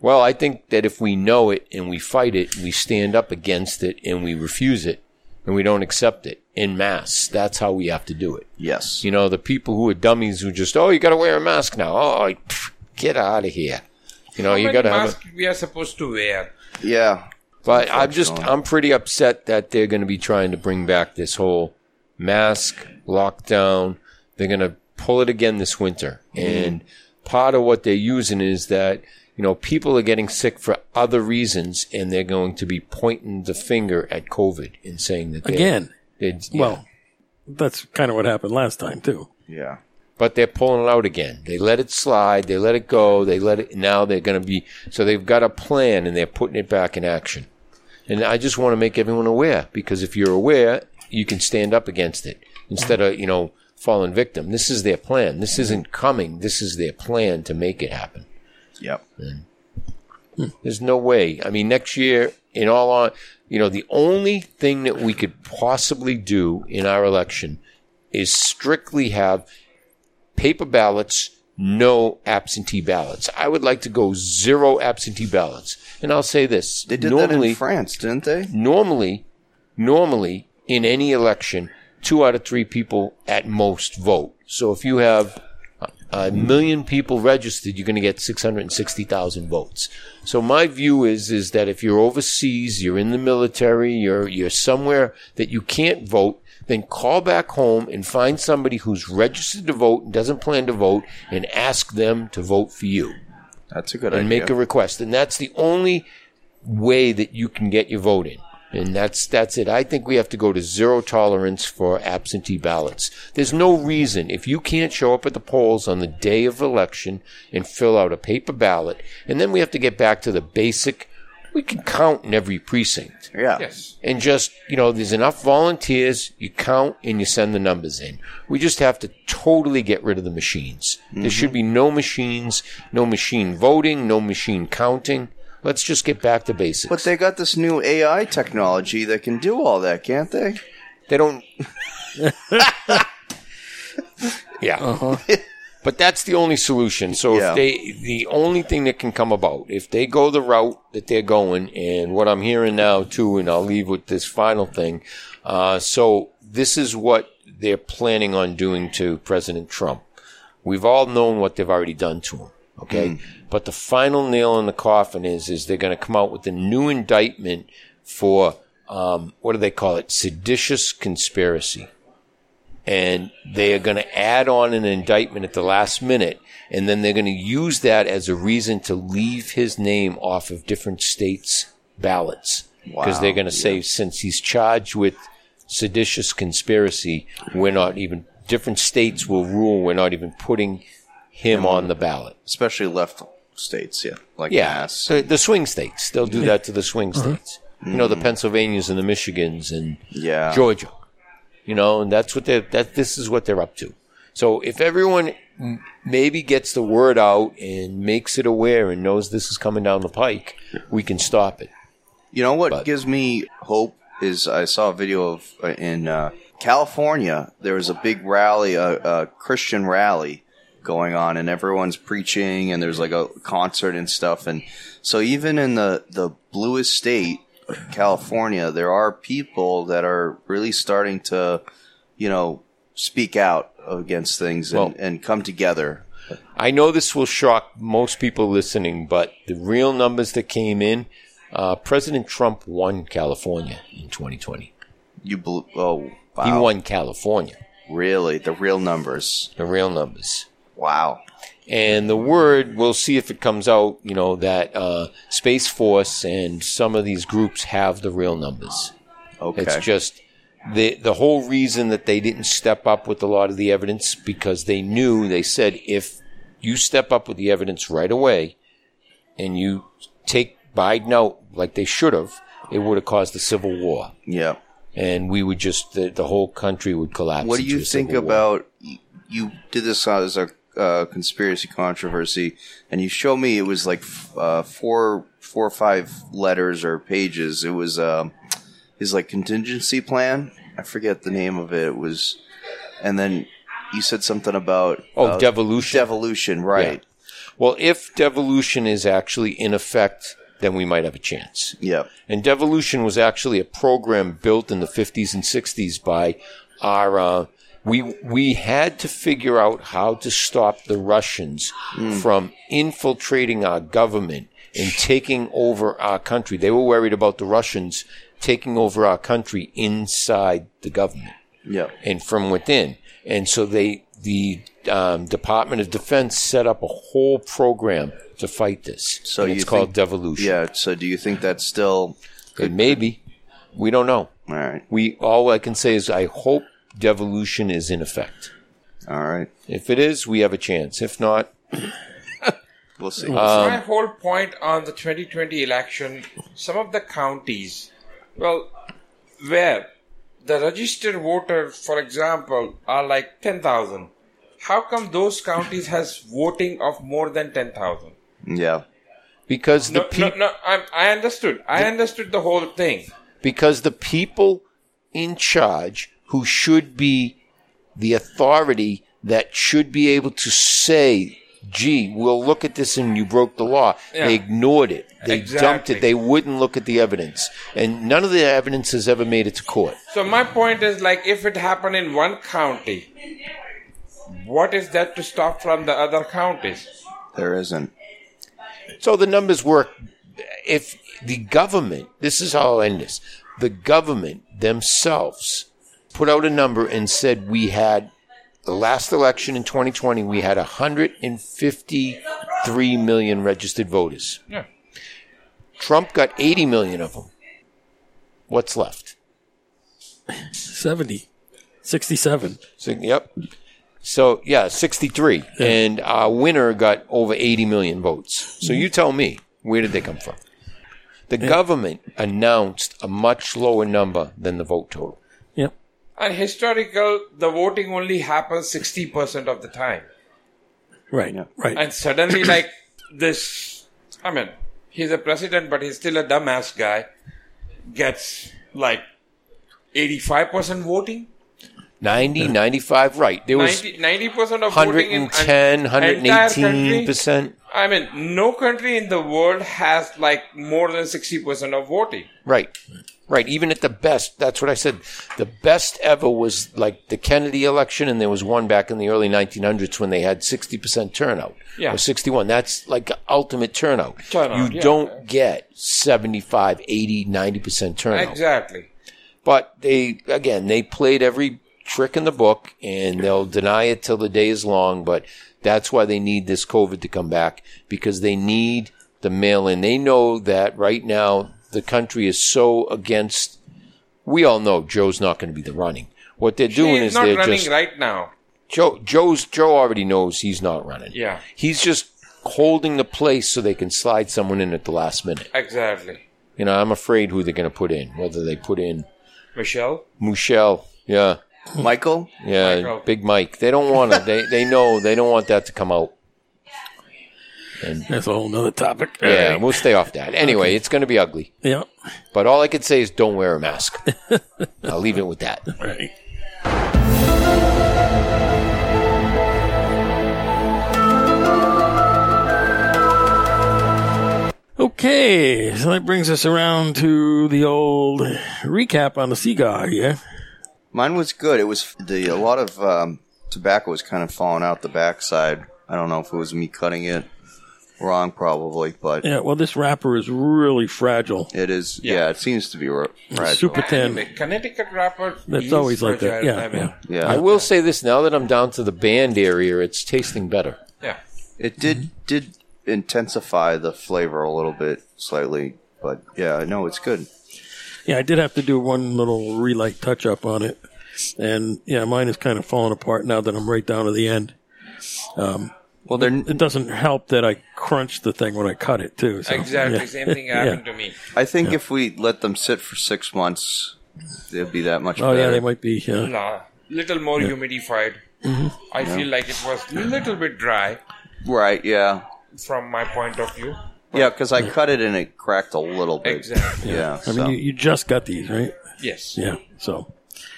Speaker 5: Well, I think that if we know it and we fight it, we stand up against it and we refuse it and we don't accept it in mass. That's how we have to do it.
Speaker 2: Yes.
Speaker 5: You know, the people who are dummies who just, oh, you got to wear a mask now. Oh, pff, get out of here. You know,
Speaker 6: How
Speaker 5: Oh, you
Speaker 6: many
Speaker 5: got to have a.
Speaker 6: masks we are supposed to wear?
Speaker 2: Yeah.
Speaker 5: But I'm just,
Speaker 2: Unfortunately.
Speaker 5: I'm pretty upset that they're going to be trying to bring back this whole mask lockdown. They're going to pull it again this winter.
Speaker 6: Mm-hmm.
Speaker 5: And part of what they're using is that, you know, people are getting sick for other reasons and they're going to be pointing the finger at COVID and saying that they're,
Speaker 1: Again.
Speaker 5: They're,
Speaker 1: Well, that's kind of what happened last time too.
Speaker 2: Yeah.
Speaker 5: but they're pulling it out again. They let it slide. They let it go. They let it. Now they're going to be. So they've got a plan and they're putting it back in action. And I just want to make everyone aware because if you're aware, you can stand up against it instead of you know falling victim. This is their plan. This isn't coming. This is their plan to make it happen.
Speaker 2: Yep.
Speaker 5: There's no way. I mean, next year, in all on, you know, the only thing that we could possibly do in our election is strictly have paper ballots, no absentee ballots. I would like to go zero absentee ballots. And I'll say this:
Speaker 2: They did that
Speaker 5: normally,
Speaker 2: in France, didn't they?
Speaker 5: normally, normally in any election, two out of three people at most vote. So if you have a million people registered, you're going to get 660,000 votes. So my view is, is that if you're overseas, you're in the military, you're, you're somewhere that you can't vote, then call back home and find somebody who's registered to vote and doesn't plan to vote and ask them to vote for you
Speaker 2: That's a good
Speaker 5: and
Speaker 2: idea.
Speaker 5: make a request. And that's the only way that you can get your vote in. And that's that's it. I think we have to go to zero tolerance for absentee ballots. There's no reason if you can't show up at the polls on the day of election and fill out a paper ballot, and then we have to get back to the basic. We can count in every precinct
Speaker 2: yeah.
Speaker 6: Yes.
Speaker 5: and just you know there's enough volunteers you count and you send the numbers in we just have to totally get rid of the machines there should be no machines no machine voting no machine counting let's just get back to basics
Speaker 2: But they got this new AI technology that can do all that, can't they?
Speaker 5: they don't yeah but that's the only solution so
Speaker 2: Yeah.
Speaker 5: if they the only thing that can come about if they go the route that they're going and what i'm hearing now too and i'll leave with this final thing uh, so this is what they're planning on doing to president trump we've all known what they've already done to him. Okay, but the final nail in the coffin is is they're going to come out with a new indictment for um, what do they call it? Seditious conspiracy, and they are going to add on an indictment at the last minute, and then they're going to use that as a reason to leave his name off of different states' ballots because they're going to say since he's charged with seditious conspiracy, we're not even different states will rule we're not even putting him on the ballot.
Speaker 2: Especially left states, yeah. Like
Speaker 5: Yeah,
Speaker 2: Mass.
Speaker 5: the, the swing states they'll do that to the swing states. You know the Pennsylvanias and the Michigans and
Speaker 2: Mm-hmm. Yeah.
Speaker 5: Georgia. You know, and that's what they are that this is what they're up to. So if everyone m- maybe gets the word out and makes it aware and knows this is coming down the pike, we can stop it.
Speaker 2: You know what
Speaker 5: But-
Speaker 2: gives me hope is I saw a video of uh, in uh, California. There was a big rally, a, a Christian rally going on, and everyone's preaching, and there's like a concert and stuff. And so even in the the bluest state, California, there are people that are really starting to, you know, speak out against things and,
Speaker 5: Well-
Speaker 2: and come together.
Speaker 5: I know this will shock most people listening, but the real numbers that came in, uh, President Trump won California in 2020.
Speaker 2: You bel oh wow,
Speaker 5: He won California,
Speaker 2: really the real numbers.
Speaker 5: the real numbers.
Speaker 2: Wow,
Speaker 5: And the word, we'll see if it comes out, you know, that uh, Space Force and some of these groups have the real numbers.
Speaker 2: okay,
Speaker 5: It's just the the whole reason that they didn't step up with a lot of the evidence because they knew they said if you step up with the evidence right away and you take Biden out like they should have, it would have caused a civil war,
Speaker 2: Yeah.
Speaker 5: and we would just the, the whole country would collapse.
Speaker 2: What do
Speaker 5: into
Speaker 2: you
Speaker 5: a
Speaker 2: think
Speaker 5: civil war.
Speaker 2: about? You did this as a uh, conspiracy controversy, and you showed me it was like f- uh, four, four or five letters or pages. It was um, his like contingency plan. I forget the name of it. It was, and then you said something about
Speaker 5: oh
Speaker 2: uh,
Speaker 5: devolution?
Speaker 2: devolution, right?
Speaker 5: well, if devolution is actually in effect, then we might have a chance.
Speaker 2: Yeah.
Speaker 5: And devolution was actually a program built in the 50s and 60s by our. Uh, we we had to figure out how to stop the Russians from infiltrating our government and taking over our country. They were worried about the Russians taking over our country inside the government
Speaker 2: yeah,
Speaker 5: and from within. And so they, the um, Department of Defense set up a whole program to fight this.
Speaker 2: So
Speaker 5: And
Speaker 2: you
Speaker 5: it's called
Speaker 2: think-
Speaker 5: devolution.
Speaker 2: yeah. So do you think that's still
Speaker 5: It may be. We don't know.
Speaker 2: all right?
Speaker 5: We all I can say is I hope devolution is in effect.
Speaker 2: All right,
Speaker 5: If it is, we have a chance. If not,
Speaker 2: we'll see.
Speaker 5: Um,
Speaker 6: my whole point on the 2020 election, some of the counties, well, where the registered voters, for example, are like 10,000. How come those counties has voting of more than 10,000?
Speaker 2: yeah,
Speaker 5: because the
Speaker 6: No,
Speaker 5: people
Speaker 6: no, no, I'm, I understood. I understood the whole thing.
Speaker 5: because the people in charge who should be the authority that should be able to say, gee, we'll look at this and you broke the law. They ignored it. They dumped
Speaker 6: Exactly.
Speaker 5: it. They wouldn't look at the evidence. And none of the evidence has ever made it to court.
Speaker 6: So my point is like if it happened in one county, what is that to stop from the other counties?
Speaker 2: there isn't.
Speaker 5: So the numbers work. If the government, this is how I'll end this, the government themselves put out a number and said we had the last election in 2020, we had 153 million registered voters.
Speaker 6: Yeah.
Speaker 5: Trump got 80 million of them. What's left?
Speaker 1: 70, 67.
Speaker 5: So, yep. So yeah, 63, and our winner got over 80 million votes. So you tell me, where did they come from? The government announced a much lower number than the vote total.
Speaker 1: Yep.
Speaker 6: And historical, the voting only happens 60% of the time.
Speaker 1: Right. Right.
Speaker 6: And suddenly, like this, I mean, he's a president, but he's still a dumbass guy, gets like 85% voting?
Speaker 5: 90, 95, right? There was
Speaker 6: 90, 90% of voting in an
Speaker 5: 110,
Speaker 6: entire country.
Speaker 5: 118 percent,
Speaker 6: I mean, no country in the world has like more than 60% of voting.
Speaker 5: right? Right. Even at the best, that's what I said. The best ever was like the Kennedy election, and there was one back in the early 1900s when they had 60% turnout.
Speaker 6: Yeah.
Speaker 5: Or 61. That's like ultimate turnout.
Speaker 6: Turnout,
Speaker 5: you
Speaker 6: yeah.
Speaker 5: don't get 75, 80, 90% turnout.
Speaker 6: Exactly.
Speaker 5: But they, again, they played every trick in the book and they'll deny it till the day is long. But that's why they need this COVID to come back because they need the mail in. They know that right now the country is so against. We all know Joe's not going to be the running. What they're doing
Speaker 6: He's
Speaker 5: is
Speaker 6: not
Speaker 5: they're
Speaker 6: running
Speaker 5: just
Speaker 6: right now.
Speaker 5: Joe. Joe's Joe already knows he's not running.
Speaker 6: Yeah.
Speaker 5: he's just holding the place so they can slide someone in at the last minute.
Speaker 6: Exactly.
Speaker 5: You know, I'm afraid who they're going to put in. Whether they put in
Speaker 6: Michelle?
Speaker 5: Michelle, yeah,
Speaker 2: Michael,
Speaker 5: Yeah,
Speaker 6: Micro.
Speaker 5: Big Mike. They don't want to. they they know they don't want that to come out.
Speaker 1: That's a whole nother topic.
Speaker 5: Yeah,
Speaker 1: All right.
Speaker 5: we'll stay off that. Anyway, it's going to be ugly.
Speaker 1: Yep.
Speaker 5: But all I can say is don't wear a mask. I'll leave it with that.
Speaker 1: Right. Okay, so that brings us around to the old recap on the cigar, yeah?
Speaker 2: Mine was good. It was the a lot of um, tobacco was kind of falling out the backside. I don't know if it was me cutting it wrong, probably, but
Speaker 1: Yeah, well, this wrapper is really fragile.
Speaker 2: it is. Yeah. it seems to be r- fragile.
Speaker 1: Super
Speaker 6: The
Speaker 1: thin.
Speaker 6: Connecticut rapper.
Speaker 1: That's
Speaker 6: is
Speaker 1: always like that.
Speaker 6: fragile.
Speaker 1: Yeah,
Speaker 6: I mean,
Speaker 1: yeah.
Speaker 2: Yeah,
Speaker 5: I will say this now that I'm down to the band area, it's tasting better.
Speaker 6: yeah.
Speaker 2: it did did intensify the flavor a little bit, slightly, but yeah, no, it's good.
Speaker 1: Yeah, I did have to do one little relight touch up on it, and yeah, mine is kind of falling apart now that I'm right down to the end. Um,
Speaker 2: Well, they're
Speaker 1: It doesn't help that I crunched the thing when I cut it too. so,
Speaker 6: Exactly,
Speaker 1: yeah.
Speaker 6: same thing
Speaker 1: Yeah.
Speaker 6: happened to me.
Speaker 2: I think if we let them sit for six months, they'd be that much
Speaker 1: Oh
Speaker 2: better.
Speaker 1: yeah, they might be. Yeah.
Speaker 6: Nah, little more humidified.
Speaker 1: Mm-hmm.
Speaker 6: I feel like it was a little bit dry
Speaker 2: Right, yeah.
Speaker 6: from my point of view.
Speaker 2: Yeah, because I cut it and it cracked a little bit.
Speaker 6: Exactly.
Speaker 2: Yeah.
Speaker 1: I
Speaker 2: so-
Speaker 1: mean, you, you just got these, right?
Speaker 6: Yes.
Speaker 1: Yeah. So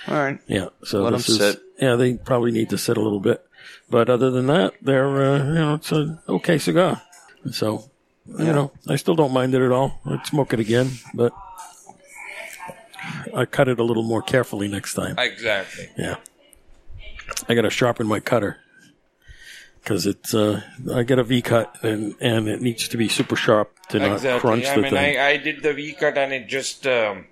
Speaker 2: All right.
Speaker 1: yeah. So
Speaker 2: Let
Speaker 1: this
Speaker 2: 'em
Speaker 1: is
Speaker 2: sit.
Speaker 1: yeah. They probably need to sit a little bit, but other than that, they're uh, you know it's an okay cigar. So you know I still don't mind it at all. I'd smoke it again, but I cut it a little more carefully next time.
Speaker 6: Exactly.
Speaker 1: Yeah. I got to sharpen my cutter because it's uh, I get a V cut and and it needs to be super sharp to not crunch
Speaker 6: Exactly. I
Speaker 1: the
Speaker 6: mean,
Speaker 1: thing.
Speaker 6: I, I did the V cut and it just um,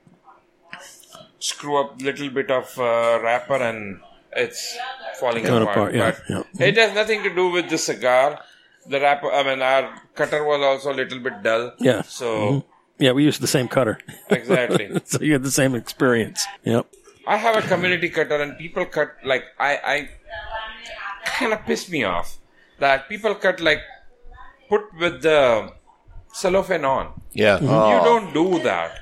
Speaker 6: screw up little bit of uh, wrapper and it's falling
Speaker 1: Coming apart,
Speaker 6: apart.
Speaker 1: yeah, Mm-hmm.
Speaker 6: but
Speaker 1: yeah.
Speaker 6: It has nothing to do with the cigar. The wrapper, I mean, our cutter was also a little bit dull.
Speaker 1: yeah. Mm-hmm.
Speaker 6: So,
Speaker 1: yeah, we used the same cutter,
Speaker 6: exactly.
Speaker 1: so you had the same experience. Yep.
Speaker 6: I have a community cutter and people cut like I I kind of piss me off that people cut like put with the cellophane on.
Speaker 5: Yeah.
Speaker 2: Oh.
Speaker 6: You don't do that.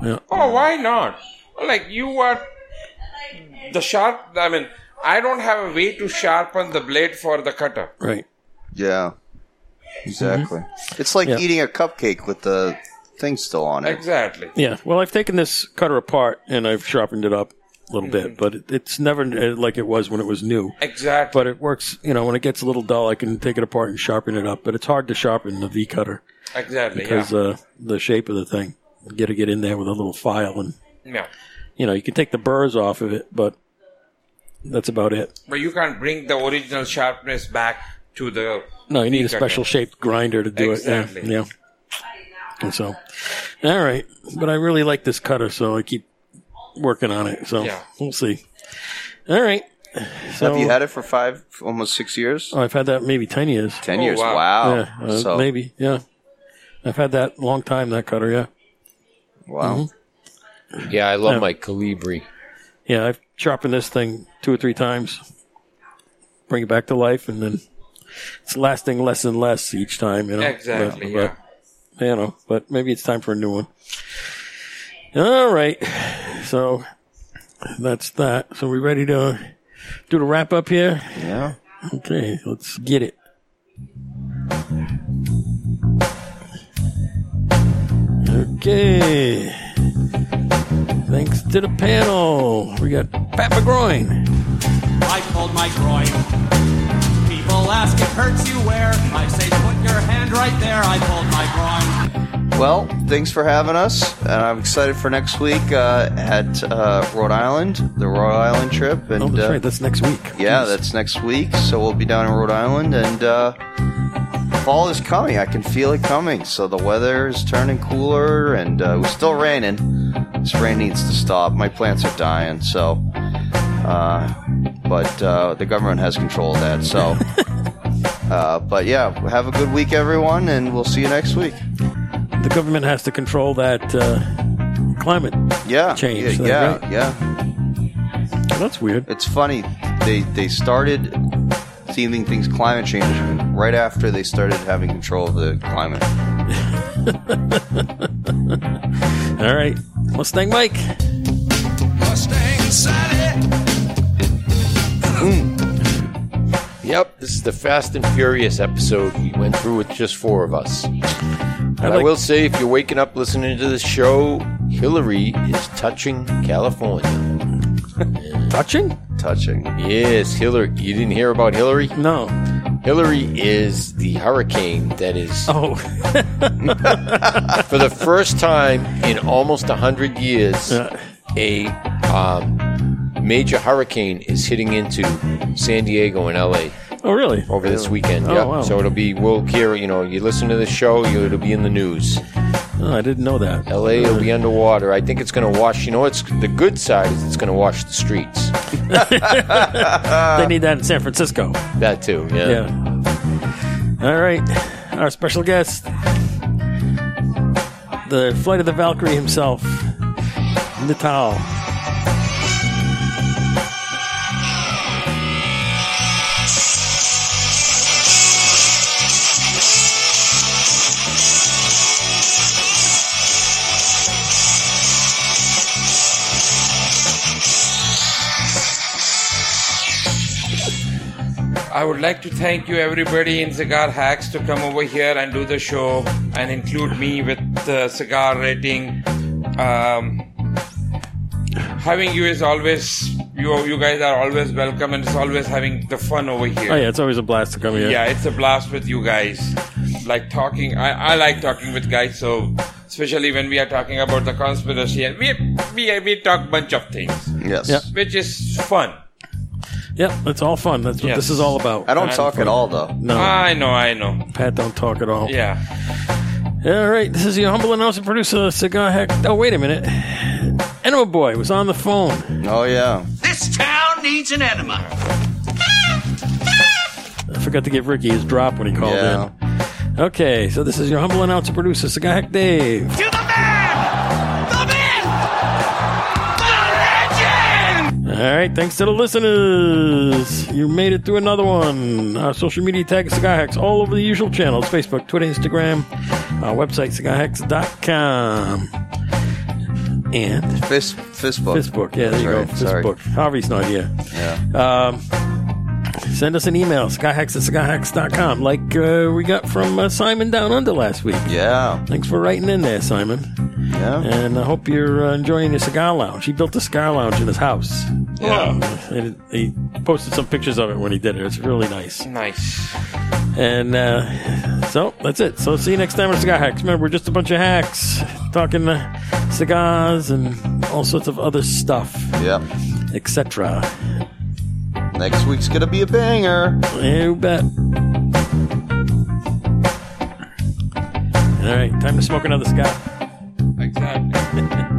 Speaker 1: Oh. Yeah.
Speaker 6: Oh, why not? Like you are the sharp. I mean, I don't have a way to sharpen the blade for the cutter.
Speaker 1: Right.
Speaker 2: Yeah. Exactly. It's like
Speaker 1: Yeah.
Speaker 2: eating a cupcake with the thing still on it.
Speaker 6: Exactly.
Speaker 1: Yeah. Well, I've taken this cutter apart and I've sharpened it up a little bit, but it, it's never uh, like it was when it was new.
Speaker 6: Exactly.
Speaker 1: But it works, you know, when it gets a little dull, I can take it apart and sharpen it up, but it's hard to sharpen the V cutter.
Speaker 6: Exactly.
Speaker 1: because
Speaker 6: yeah.
Speaker 1: uh, the shape of the thing. You got to get in there with a little file, and
Speaker 6: yeah.
Speaker 1: you know you can take the burrs off of it, but that's about it.
Speaker 6: But you can't bring the original sharpness back to the.
Speaker 1: No, you need a
Speaker 6: V-cutter.
Speaker 1: special shaped grinder to do
Speaker 6: Exactly.
Speaker 1: it. Yeah, yeah. And so, all right, but I really like this cutter, so I keep working on it. So
Speaker 6: Yeah.
Speaker 1: we'll see. All right. So
Speaker 2: Have you had it for five, almost six years?
Speaker 1: Oh, I've had that maybe ten years.
Speaker 2: Ten
Speaker 6: Oh,
Speaker 2: years.
Speaker 6: wow.
Speaker 2: Wow.
Speaker 1: yeah, uh,
Speaker 2: so,
Speaker 1: maybe. Yeah, I've had that long time. That cutter. Yeah.
Speaker 2: Wow.
Speaker 1: mm-hmm.
Speaker 5: Yeah, I love
Speaker 1: Yeah.
Speaker 5: my Calibri.
Speaker 1: Yeah, I've sharpened this thing two or three times, bring it back to life, and then it's lasting less and less each time. You know,
Speaker 6: Exactly.
Speaker 1: But-
Speaker 6: yeah.
Speaker 1: but, you know, but maybe it's time for a new one. All right, so that's that. So we ready to do the wrap up here?
Speaker 2: Yeah.
Speaker 1: Okay, let's get it. Okay. Thanks to the panel. We got Pat McGroin.
Speaker 3: I pulled my groin. People ask it hurts you where. I say put your hand right there. I pulled my groin.
Speaker 2: Well, thanks for having us, and I'm excited for next week uh, at uh, Rhode Island, the Rhode Island trip, and
Speaker 1: Oh, that's
Speaker 2: uh,
Speaker 1: right. That's next week.
Speaker 2: yeah, that's next week. So we'll be down in Rhode Island, and uh, fall is coming. I can feel it coming. So the weather is turning cooler, and uh, it was still raining. This rain needs to stop. My plants are dying. So, uh, but uh, the government has control of that. So, uh, but yeah, have a good week, everyone, and we'll see you next week.
Speaker 1: the government has to control that uh, climate.
Speaker 2: Yeah,
Speaker 1: Change,
Speaker 2: Yeah,
Speaker 1: then,
Speaker 2: yeah,
Speaker 1: right?
Speaker 2: yeah.
Speaker 1: That's weird.
Speaker 2: It's funny. They they started theming things climate change right after they started having control of the climate.
Speaker 1: All right. Mustang Mike.
Speaker 4: Mustang Sally.
Speaker 5: Yep, this is the Fast and Furious episode. We went through with just four of us. But I
Speaker 1: like-
Speaker 5: will say, if you're waking up listening to this show, Hillary is touching California.
Speaker 1: Touching?
Speaker 2: Touching.
Speaker 5: Yes, Hillary. You didn't hear about Hillary?
Speaker 1: No.
Speaker 5: Hillary is the hurricane that is,
Speaker 1: Oh.
Speaker 5: for the first time in almost 100 years,
Speaker 1: Yeah.
Speaker 5: a um, major hurricane is hitting into San Diego and LA.
Speaker 1: oh, really?
Speaker 5: over this weekend.
Speaker 1: Oh,
Speaker 5: yeah.
Speaker 1: wow.
Speaker 5: So it'll be we'll hear. You know, you listen to the show, you, it'll be in the news.
Speaker 1: Oh, I didn't know that.
Speaker 5: L.A. will be underwater. I think it's going to wash. You know, it's the good side is it's going to wash the streets.
Speaker 1: they need that in San Francisco.
Speaker 5: That too. Yeah.
Speaker 1: Yeah. All right. Our special guest, the Flight of the Valkyrie himself, Natal. Oh,
Speaker 6: I would like to thank you, everybody in Cigar Hacks, to come over here and do the show and include me with the cigar rating. Um, having you is always you. You guys are always welcome, and it's always having the fun over here.
Speaker 1: Oh yeah, it's always a blast to come here.
Speaker 6: Yeah, it's a blast with you guys. Like talking, I, I like talking with guys. So especially when we are talking about the conspiracy, and we we we talk bunch of things,
Speaker 2: Yes.
Speaker 1: Yeah.
Speaker 6: which is fun.
Speaker 1: Yep, it's all fun. That's what
Speaker 6: Yes.
Speaker 1: this is all about.
Speaker 2: I don't talk at all though.
Speaker 1: No,
Speaker 6: I know, I know.
Speaker 1: Pat don't talk at all.
Speaker 6: Yeah.
Speaker 1: All right, this is your humble announcer producer, Cigar Hack. Oh, wait a minute. Enema Boy was on the phone.
Speaker 2: Oh yeah.
Speaker 4: This town needs an enema.
Speaker 1: I forgot to give Ricky his drop when he called
Speaker 2: Yeah.
Speaker 1: in. Okay, so this is your humble announcer producer, Cigar Hack Dave.
Speaker 4: To the man! The myth! The legend!
Speaker 1: All right, thanks to the listeners. You made it through another one. Our social media tag is Cigar Hacks all over the usual channels Facebook, Twitter, Instagram, our website, cigarhacks.com. And
Speaker 2: Fist fistbook.
Speaker 1: Facebook. Yeah, there
Speaker 2: That's
Speaker 1: you go.
Speaker 2: right. Sorry.
Speaker 1: Facebook. Harvey's not here. Yeah. Um, send us an email, skyhacks at skyhacks.com, like uh, we got from uh, Simon Down Under last week.
Speaker 2: Yeah.
Speaker 1: Thanks for writing in there, Simon.
Speaker 2: Yeah.
Speaker 1: And I hope you're uh, enjoying your cigar lounge. He built a cigar lounge in his house.
Speaker 6: yeah.
Speaker 1: And it, he posted some pictures of it when he did it. It's really nice.
Speaker 6: Nice.
Speaker 1: And uh, so that's it. So see you next time on Cigar Hacks. Remember, we're just a bunch of hacks talking uh, cigars and all sorts of other stuff,
Speaker 2: Yeah.
Speaker 1: etc.
Speaker 2: Next week's gonna be a banger.
Speaker 1: You bet. All right, time to smoke another sky.
Speaker 6: Exactly.